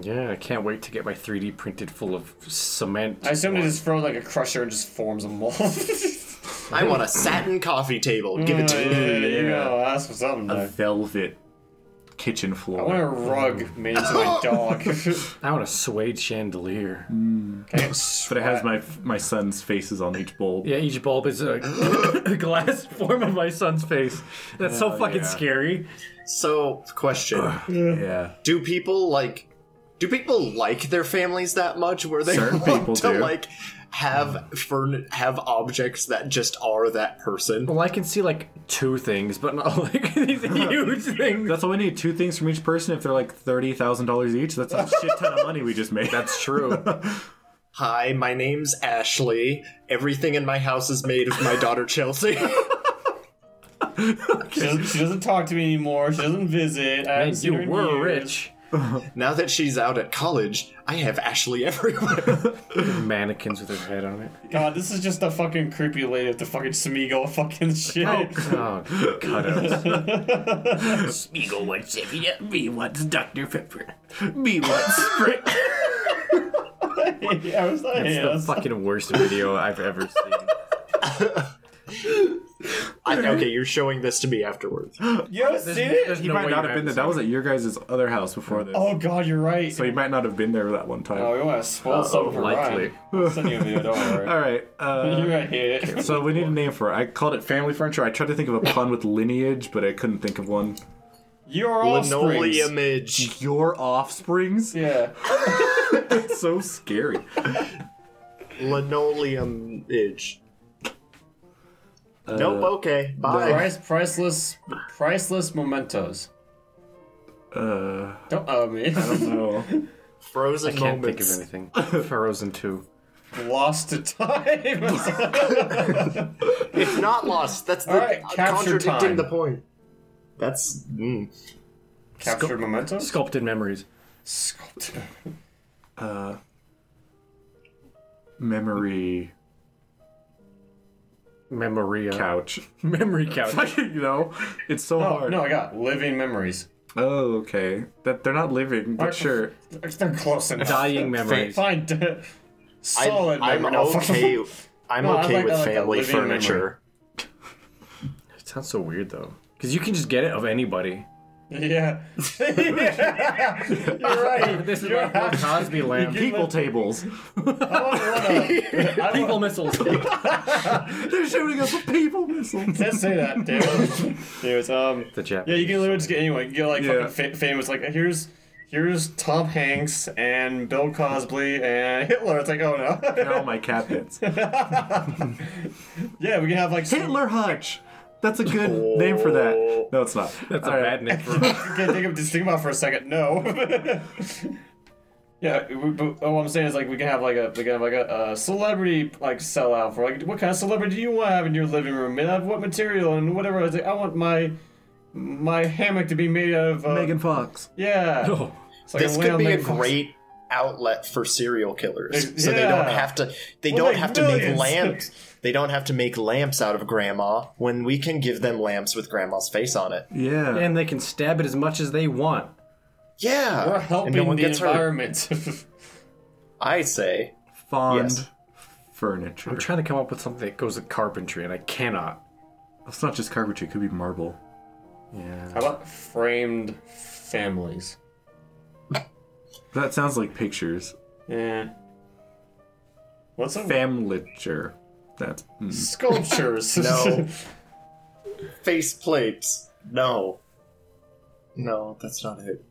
Speaker 1: yeah, I can't wait to get my 3D printed full of cement.
Speaker 2: I assume they just throw like a crusher and just forms a mold. [LAUGHS]
Speaker 4: I want a satin coffee table. Give it to me.
Speaker 3: Mm.
Speaker 2: You know, that's for something.
Speaker 3: A
Speaker 2: There.
Speaker 3: velvet kitchen floor.
Speaker 2: I want a rug made into
Speaker 1: [LAUGHS]
Speaker 2: my dog. [LAUGHS]
Speaker 1: I want a suede chandelier.
Speaker 3: But it has my my son's faces on each bulb.
Speaker 1: Yeah, each bulb is
Speaker 3: [LAUGHS]
Speaker 1: a [LAUGHS] glass form of my son's face. That's so fucking
Speaker 3: yeah.
Speaker 1: scary.
Speaker 4: So, question.
Speaker 3: Yeah.
Speaker 4: do people like do people like their families that much where they
Speaker 3: Certain
Speaker 4: want
Speaker 3: people
Speaker 4: to
Speaker 3: do.
Speaker 4: like have furn- have objects that just are that person
Speaker 1: Well, I can see like two things, but not [LAUGHS] like
Speaker 3: [LAUGHS]
Speaker 1: these huge things.
Speaker 3: That's all we need. Two things from each person. If they're like thirty thousand dollars each, that's a shit ton of money we just made.
Speaker 1: That's true.
Speaker 4: hi my name's ashley everything in my house is made of my
Speaker 3: [LAUGHS]
Speaker 4: daughter chelsea [LAUGHS]
Speaker 2: She doesn't, she doesn't talk to me anymore. She doesn't visit. I
Speaker 1: [LAUGHS]
Speaker 2: haven't
Speaker 1: And
Speaker 2: seen her
Speaker 1: you
Speaker 2: in
Speaker 1: were
Speaker 2: years.
Speaker 1: rich.
Speaker 4: now that she's out at college i have ashley everywhere [LAUGHS]
Speaker 1: Mannequins with their head on it.
Speaker 2: God, this is just a fucking creepy lady with the fucking Smeagol
Speaker 1: [LAUGHS]
Speaker 2: fucking shit. [LAUGHS]
Speaker 1: Oh, cutouts.
Speaker 3: [LAUGHS] Spiegel wants Zevia. Me wants Dr Pepper. Me [LAUGHS] wants Sprint.
Speaker 2: yeah, I was like,
Speaker 1: It's
Speaker 2: yeah,
Speaker 1: the
Speaker 2: that's-
Speaker 1: fucking worst video I've ever
Speaker 3: [LAUGHS]
Speaker 1: seen.
Speaker 4: I, okay you're showing this to me afterwards
Speaker 2: you haven't seen
Speaker 1: there's
Speaker 2: it?
Speaker 3: He
Speaker 1: no
Speaker 3: might
Speaker 1: way
Speaker 3: not
Speaker 1: you
Speaker 3: have been
Speaker 1: haven't
Speaker 3: there. That was at your guys' other house before this,
Speaker 2: Oh God, you're right. [LAUGHS]
Speaker 3: so he might not have been there that one time.
Speaker 2: oh, you want to spoil something for
Speaker 1: likely.
Speaker 2: Ryan? [LAUGHS] I'll Send you a video.
Speaker 1: [LAUGHS]
Speaker 2: Don't worry.
Speaker 3: All right.
Speaker 2: [LAUGHS]
Speaker 3: Uh,
Speaker 2: You're right here.
Speaker 3: so we need a name for it. I called it family furniture. I tried to think of a pun with lineage, but I couldn't think of one.
Speaker 2: Your offspring.
Speaker 4: linoleum image
Speaker 3: Your [LAUGHS] offsprings.
Speaker 2: Yeah.
Speaker 3: It's so scary.
Speaker 4: linoleum image nope okay bye
Speaker 2: Price, priceless, priceless mementos.
Speaker 3: Uh,
Speaker 2: Don't owe me.
Speaker 3: I don't know.
Speaker 4: frozen
Speaker 1: Can't think of
Speaker 4: moments
Speaker 1: anything. Frozen 2.
Speaker 2: Lost
Speaker 1: [LAUGHS]
Speaker 2: to time.
Speaker 4: It's not lost. That's the, uh,
Speaker 2: Alright, capture
Speaker 4: contradicting
Speaker 2: time.
Speaker 4: the point. That's mm.
Speaker 2: Captured mementos.
Speaker 1: Sculpted memories.
Speaker 2: Sculpted.
Speaker 3: Memory
Speaker 1: Memoria.
Speaker 3: couch.
Speaker 1: Memory couch.
Speaker 3: [LAUGHS] you know, it's so
Speaker 2: Oh
Speaker 3: hard.
Speaker 2: no, I got living memories.
Speaker 3: Oh, okay. That they're not living, but sure.
Speaker 2: They're close enough.
Speaker 1: Dying memories.
Speaker 2: Fine. [LAUGHS] d-
Speaker 4: I,
Speaker 2: Solid.
Speaker 4: I'm
Speaker 2: memory. No, fuck
Speaker 4: okay.
Speaker 2: off.
Speaker 4: I'm
Speaker 2: No, I
Speaker 4: okay
Speaker 2: like-
Speaker 4: with
Speaker 2: I like the
Speaker 4: family
Speaker 2: living memory.
Speaker 4: furniture.
Speaker 1: It sounds so weird though. Because you can just get it of anybody.
Speaker 2: [LAUGHS] Yeah. [LAUGHS] yeah. You're
Speaker 1: [LAUGHS]
Speaker 2: right.
Speaker 1: This is
Speaker 2: You're
Speaker 1: like Bill
Speaker 2: right.
Speaker 1: Cosby land.
Speaker 3: People tables.
Speaker 2: I want one.
Speaker 1: People missiles.
Speaker 2: [LAUGHS]
Speaker 3: [LAUGHS] they're shooting us with people missiles. [LAUGHS]
Speaker 2: Can't say that, David. David. Um.
Speaker 1: The Japanese.
Speaker 2: Yeah, you can literally just get anyone. You get like
Speaker 3: Yeah.
Speaker 2: fucking fa- famous. Like here's here's Tom Hanks and Bill Cosby and Hitler. It's like, oh no. [LAUGHS]
Speaker 3: They're all my captains.
Speaker 2: yeah, we can have like some-
Speaker 3: [LAUGHS] Hitler Hutch. That's a good name for that. No, it's not.
Speaker 1: That's a
Speaker 3: All right.
Speaker 1: bad name for him.
Speaker 2: Okay, think of, just think about it for a second. No. [LAUGHS] yeah. We, but, oh, what I'm saying is like we can have like a we can have like a, a celebrity like sellout for like what kind of celebrity do you want to have in your living room and of what material and whatever. I was like, I want my my hammock to be made of uh,
Speaker 3: Megan Fox.
Speaker 2: Yeah.
Speaker 1: [LAUGHS] Oh,
Speaker 2: So I can
Speaker 4: This
Speaker 2: lay
Speaker 4: could
Speaker 2: on
Speaker 4: be a
Speaker 2: Megan Fox.
Speaker 4: great outlet for serial killers.
Speaker 2: Ex-
Speaker 4: So they don't
Speaker 2: yeah.
Speaker 4: have to they
Speaker 2: We'll
Speaker 4: don't
Speaker 2: make
Speaker 4: have to
Speaker 2: millions.
Speaker 4: make lamps. They don't have to make lamps out of grandma when we can give them lamps with grandma's face on it.
Speaker 3: Yeah.
Speaker 1: and they can stab it as much as they want.
Speaker 4: Yeah.
Speaker 2: We're
Speaker 4: and
Speaker 2: helping
Speaker 4: no one
Speaker 2: the
Speaker 4: gets hurt.
Speaker 2: environment. [LAUGHS]
Speaker 4: I say
Speaker 3: Fond
Speaker 4: Yes.
Speaker 3: furniture.
Speaker 1: I'm trying to come up with something that goes with carpentry, and I cannot.
Speaker 3: it's not just carpentry. It could be marble.
Speaker 2: How about framed families?
Speaker 3: That sounds like pictures.
Speaker 2: Yeah. What's up? [LAUGHS]
Speaker 3: Famliture. That's mm.
Speaker 2: Sculptures. [LAUGHS]
Speaker 4: No. face plates. No. No, that's not it.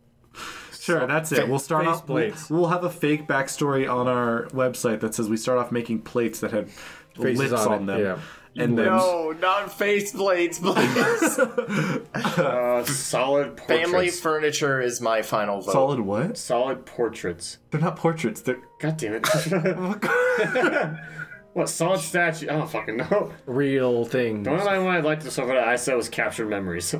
Speaker 3: sure. That's it. We'll start
Speaker 1: face
Speaker 3: off. We'll,
Speaker 1: plates.
Speaker 3: we'll have a fake backstory on our website that says we start off making plates that had
Speaker 1: Faces
Speaker 3: lips
Speaker 1: on
Speaker 3: on,
Speaker 1: it,
Speaker 3: them,
Speaker 1: yeah.
Speaker 3: and then
Speaker 4: No, not face plates, please.
Speaker 2: Uh, solid portraits.
Speaker 4: [LAUGHS] Family furniture is my final vote.
Speaker 3: solid what?
Speaker 2: solid portraits.
Speaker 3: They're not portraits. They're
Speaker 2: God damn it. [LAUGHS] what, solid statue? I don't fucking know.
Speaker 1: Real things.
Speaker 2: The only one I liked so far I said was captured memories.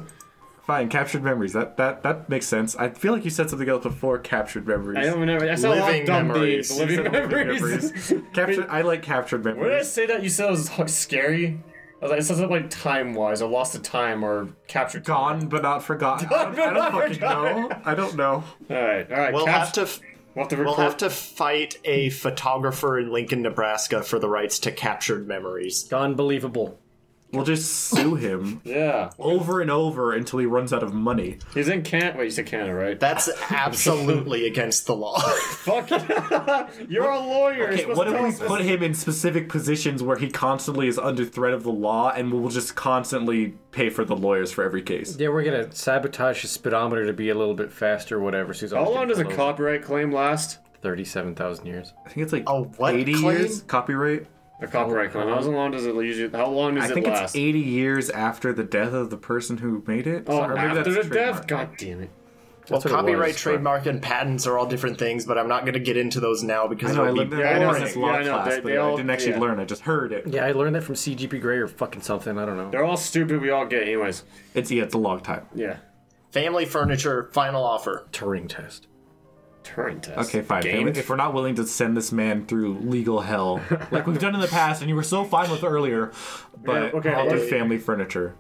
Speaker 3: fine. Captured memories. That that that makes sense. I feel like you said something else before captured memories.
Speaker 2: I don't remember. I saw a lot
Speaker 4: Living
Speaker 2: of dumb
Speaker 4: memories.
Speaker 2: things. Living [LAUGHS] memories.
Speaker 3: Captured. I like captured
Speaker 2: Where did I
Speaker 3: memories.
Speaker 2: say that? You said it was like, scary? I was like, it says something like time wise or lost to time or captured.
Speaker 3: Gone but not forgotten. I don't, I don't fucking know. I don't know.
Speaker 2: Alright, alright.
Speaker 4: We'll
Speaker 2: capt-
Speaker 4: have to f-
Speaker 2: We'll have to
Speaker 4: We'll
Speaker 2: record.
Speaker 4: have to fight a photographer in Lincoln, Nebraska for the rights to captured memories.
Speaker 1: Unbelievable.
Speaker 3: We'll just sue him
Speaker 2: Yeah.
Speaker 3: over and over until he runs out of money.
Speaker 2: He's in Canada. Wait, you said Canada, right?
Speaker 4: [LAUGHS] That's absolutely against the law.
Speaker 2: Fuck [LAUGHS] it. You're a lawyer.
Speaker 3: Okay,
Speaker 2: You're supposed
Speaker 3: what if
Speaker 2: to
Speaker 3: we
Speaker 2: tell us
Speaker 3: put him in specific positions where he constantly is under threat of the law and we'll just constantly pay for the lawyers for every case?
Speaker 1: Yeah, we're gonna sabotage his speedometer to be a little bit faster, whatever. So he's
Speaker 2: How long does a copyright claim last?
Speaker 1: Thirty-seven thousand years.
Speaker 3: I think it's like
Speaker 4: Oh, what
Speaker 3: 80
Speaker 4: claim?
Speaker 3: years copyright.
Speaker 2: A copyright claim. How long does it usually? How long does
Speaker 3: I
Speaker 2: it
Speaker 3: think
Speaker 2: last?
Speaker 3: it's 80 years after the death of the person who made it.
Speaker 2: Oh,
Speaker 3: or maybe
Speaker 2: after the
Speaker 3: that's
Speaker 2: death.
Speaker 3: trademark.
Speaker 2: God damn it.
Speaker 4: [LAUGHS] well,
Speaker 1: That's what it
Speaker 4: copyright,
Speaker 1: was, but-
Speaker 4: trademark, and patents are all different things, but I'm not going to get into those now because
Speaker 3: I know, I
Speaker 4: it'll be
Speaker 3: learned that
Speaker 2: Yeah, I
Speaker 3: I
Speaker 2: know,
Speaker 3: was in this
Speaker 2: yeah,
Speaker 3: law
Speaker 2: I know,
Speaker 3: class,
Speaker 2: they-
Speaker 3: but
Speaker 2: they all-
Speaker 3: I didn't actually
Speaker 2: yeah.
Speaker 3: learn. I just heard it.
Speaker 1: Yeah, I learned that from CGP Grey or fucking something. I don't know.
Speaker 2: They're all stupid. We all get, it anyways.
Speaker 3: It's yeah, it's a long time.
Speaker 2: Yeah.
Speaker 4: family furniture. Final offer.
Speaker 1: Turing test.
Speaker 2: Turing test.
Speaker 3: Okay, fine.
Speaker 2: Game. [LAUGHS]
Speaker 3: If we're not willing to send this man through legal hell, like we've done in the past, and you were so fine with earlier, but
Speaker 2: Yeah, okay,
Speaker 3: I'll do
Speaker 2: yeah, yeah.
Speaker 3: family furniture.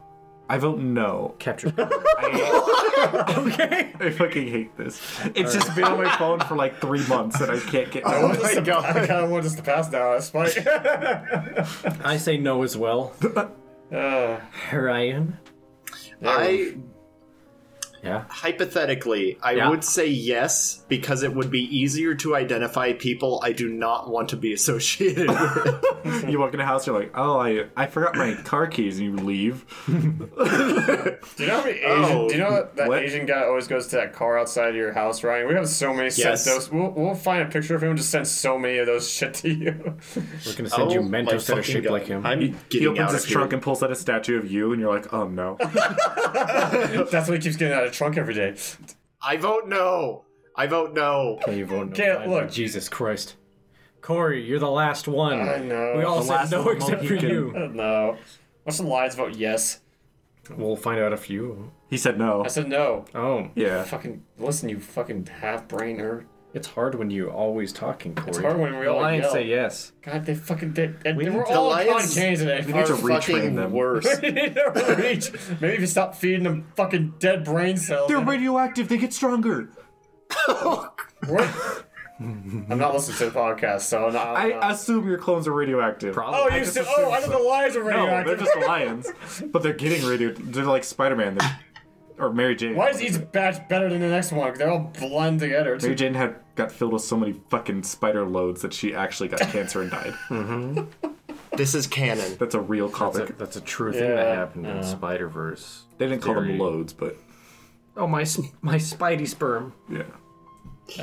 Speaker 3: I vote no.
Speaker 1: Capture.
Speaker 3: I fucking hate this.
Speaker 2: [LAUGHS]
Speaker 3: It's just been on my phone for like three months, and I can't get.
Speaker 2: I want
Speaker 4: Oh
Speaker 2: this
Speaker 4: my
Speaker 2: to,
Speaker 4: God.
Speaker 2: I kinda want this to pass now. That's funny.
Speaker 1: I say no as well.
Speaker 2: uh,
Speaker 1: Ryan.
Speaker 4: I
Speaker 1: Yeah.
Speaker 4: hypothetically, I
Speaker 1: Yeah.
Speaker 4: would say yes because it would be easier to identify people I do not want to be [LAUGHS] associated with.
Speaker 3: You walk in the house, you're like, oh, I I forgot my car keys, and you leave.
Speaker 2: do you know how many Asian?
Speaker 4: Oh,
Speaker 2: do you know that- that
Speaker 3: what?
Speaker 2: Asian guy always goes to that car outside of your house, Ryan? We have so many sent
Speaker 4: Yes.
Speaker 2: those. We'll, we'll find a picture of him. and Just send so many of those [LAUGHS] shit to you.
Speaker 1: We're gonna send you
Speaker 4: Oh my
Speaker 1: Mentos that are
Speaker 4: fucking
Speaker 1: shaped
Speaker 4: God.
Speaker 1: like him.
Speaker 4: I'm getting
Speaker 3: He opens
Speaker 4: out
Speaker 3: his
Speaker 4: of here.
Speaker 3: trunk and pulls out a statue of you, and you're like, oh no.
Speaker 2: That's what he keeps getting out of trunk every day.
Speaker 4: I vote no. I vote no.
Speaker 1: Hey, you vote no.
Speaker 2: Can't
Speaker 1: Fine,
Speaker 2: look.
Speaker 1: but Jesus Christ. Corey, you're the last one.
Speaker 2: I know.
Speaker 1: We all
Speaker 3: The
Speaker 1: said
Speaker 3: last
Speaker 1: no
Speaker 3: little
Speaker 1: except for
Speaker 2: [LAUGHS]
Speaker 3: Mohican.
Speaker 1: you.
Speaker 2: [LAUGHS] No. What's the lies vote? Yes.
Speaker 1: We'll find out if you.
Speaker 3: He said no.
Speaker 2: [LAUGHS] I said no.
Speaker 1: Oh,
Speaker 3: Yeah.
Speaker 2: Fucking listen, you fucking half brainer.
Speaker 1: it's hard when you always talking, Corey. It's
Speaker 2: hard when we all
Speaker 1: Lions
Speaker 2: yell. Oh,
Speaker 1: say yes.
Speaker 2: God, they fucking they, and
Speaker 1: need
Speaker 2: we're
Speaker 1: to-
Speaker 2: all
Speaker 4: The
Speaker 2: on
Speaker 4: Lions-
Speaker 2: cane today.
Speaker 3: We need to
Speaker 4: Are
Speaker 3: retrain
Speaker 4: fucking
Speaker 2: [LAUGHS]
Speaker 3: them. [LAUGHS]
Speaker 4: Worse.
Speaker 2: We need to reach. Maybe if you stop feeding them fucking dead brain cells.
Speaker 3: They're radioactive. They get stronger.
Speaker 2: We're- [LAUGHS] I'm not listening to the podcast, so I'm not. I'm not-
Speaker 3: I assume your clones are radioactive.
Speaker 2: oh,
Speaker 1: Probably.
Speaker 2: you still? Oh, I thought the lies were
Speaker 3: No,
Speaker 2: radioactive.
Speaker 3: they're just lions, but they're getting radio. They're like Spider Man, or Mary Jane.
Speaker 2: Why is each batch better than the next one? 'Cause They're all blend together. It's-
Speaker 3: Mary Jane had got filled with so many fucking spider loads that she actually got cancer and died.
Speaker 4: This is canon.
Speaker 3: That's a real
Speaker 1: That's
Speaker 3: comic.
Speaker 1: a, that's a true thing
Speaker 2: oh. Yeah,
Speaker 1: that happened in Spider Verse.
Speaker 3: they didn't call them
Speaker 1: theory.
Speaker 3: loads, but
Speaker 1: Oh my, s- my Spidey sperm.
Speaker 3: yeah.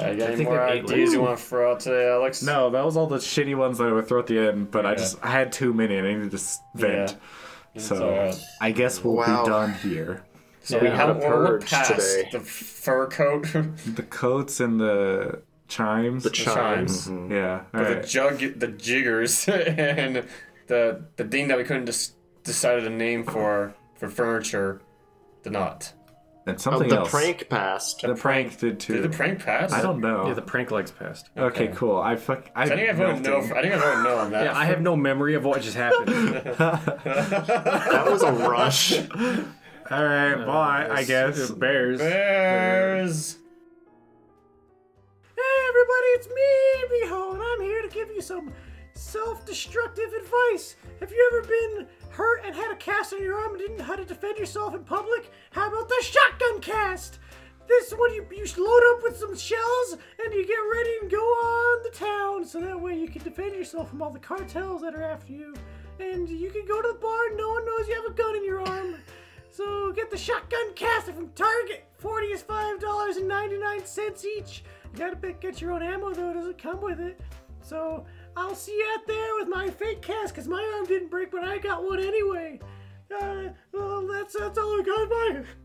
Speaker 2: Uh, you got any
Speaker 1: think
Speaker 2: more
Speaker 1: I've ate, like-
Speaker 2: ideas you want to throw out today, Alex?
Speaker 3: No, that was all the shitty ones that I would throw at the end, but I just I had too many and I needed to s- vent.
Speaker 2: Yeah.
Speaker 3: So
Speaker 2: alright.
Speaker 3: I guess we'll
Speaker 4: Wow.
Speaker 3: be done here.
Speaker 2: So
Speaker 4: we
Speaker 2: yeah,
Speaker 4: had a
Speaker 2: we're- we're
Speaker 4: purge
Speaker 2: past
Speaker 4: today.
Speaker 2: The fur coat, [LAUGHS]
Speaker 3: The coats and the chimes.
Speaker 4: The chimes.
Speaker 3: yeah. All
Speaker 2: the
Speaker 3: right.
Speaker 2: jug, the jiggers, [LAUGHS] and the the thing that we couldn't dis- decide a name for for furniture, the knot.
Speaker 3: and
Speaker 4: Oh,
Speaker 3: something
Speaker 4: the
Speaker 3: else.
Speaker 4: prank passed.
Speaker 3: The prank did too.
Speaker 2: Did the prank pass?
Speaker 3: I don't know.
Speaker 2: Oh.
Speaker 1: Yeah, the prank legs passed.
Speaker 3: okay, cool. I fuck. I,
Speaker 2: I think I voted no. For, I think I voted no on that.
Speaker 1: Yeah, I have no memory of what just
Speaker 2: [LAUGHS]
Speaker 1: happened.
Speaker 4: That was
Speaker 3: [LAUGHS]
Speaker 4: a rush.
Speaker 3: All right, bye. I guess.
Speaker 1: Bears.
Speaker 2: Bears.
Speaker 1: Hey everybody, it's me, Behold. and I'm here to give you some self-destructive advice. Have you ever been hurt and had a cast on your arm and didn't know how to defend yourself in public? How about the shotgun cast? This one, you, you load up with some shells and you get ready and go on the town, so that way you can defend yourself from all the cartels that are after you. And you can go to the bar and no one knows you have a gun in your arm. So get the shotgun caster from Target. Forty is five dollars and ninety nine cents each. You gotta pick, get your own ammo though; it doesn't come with it. So I'll see you out there with my fake cast, cause my arm didn't break, but I got one anyway. Uh, well, that's that's all I got. Bye.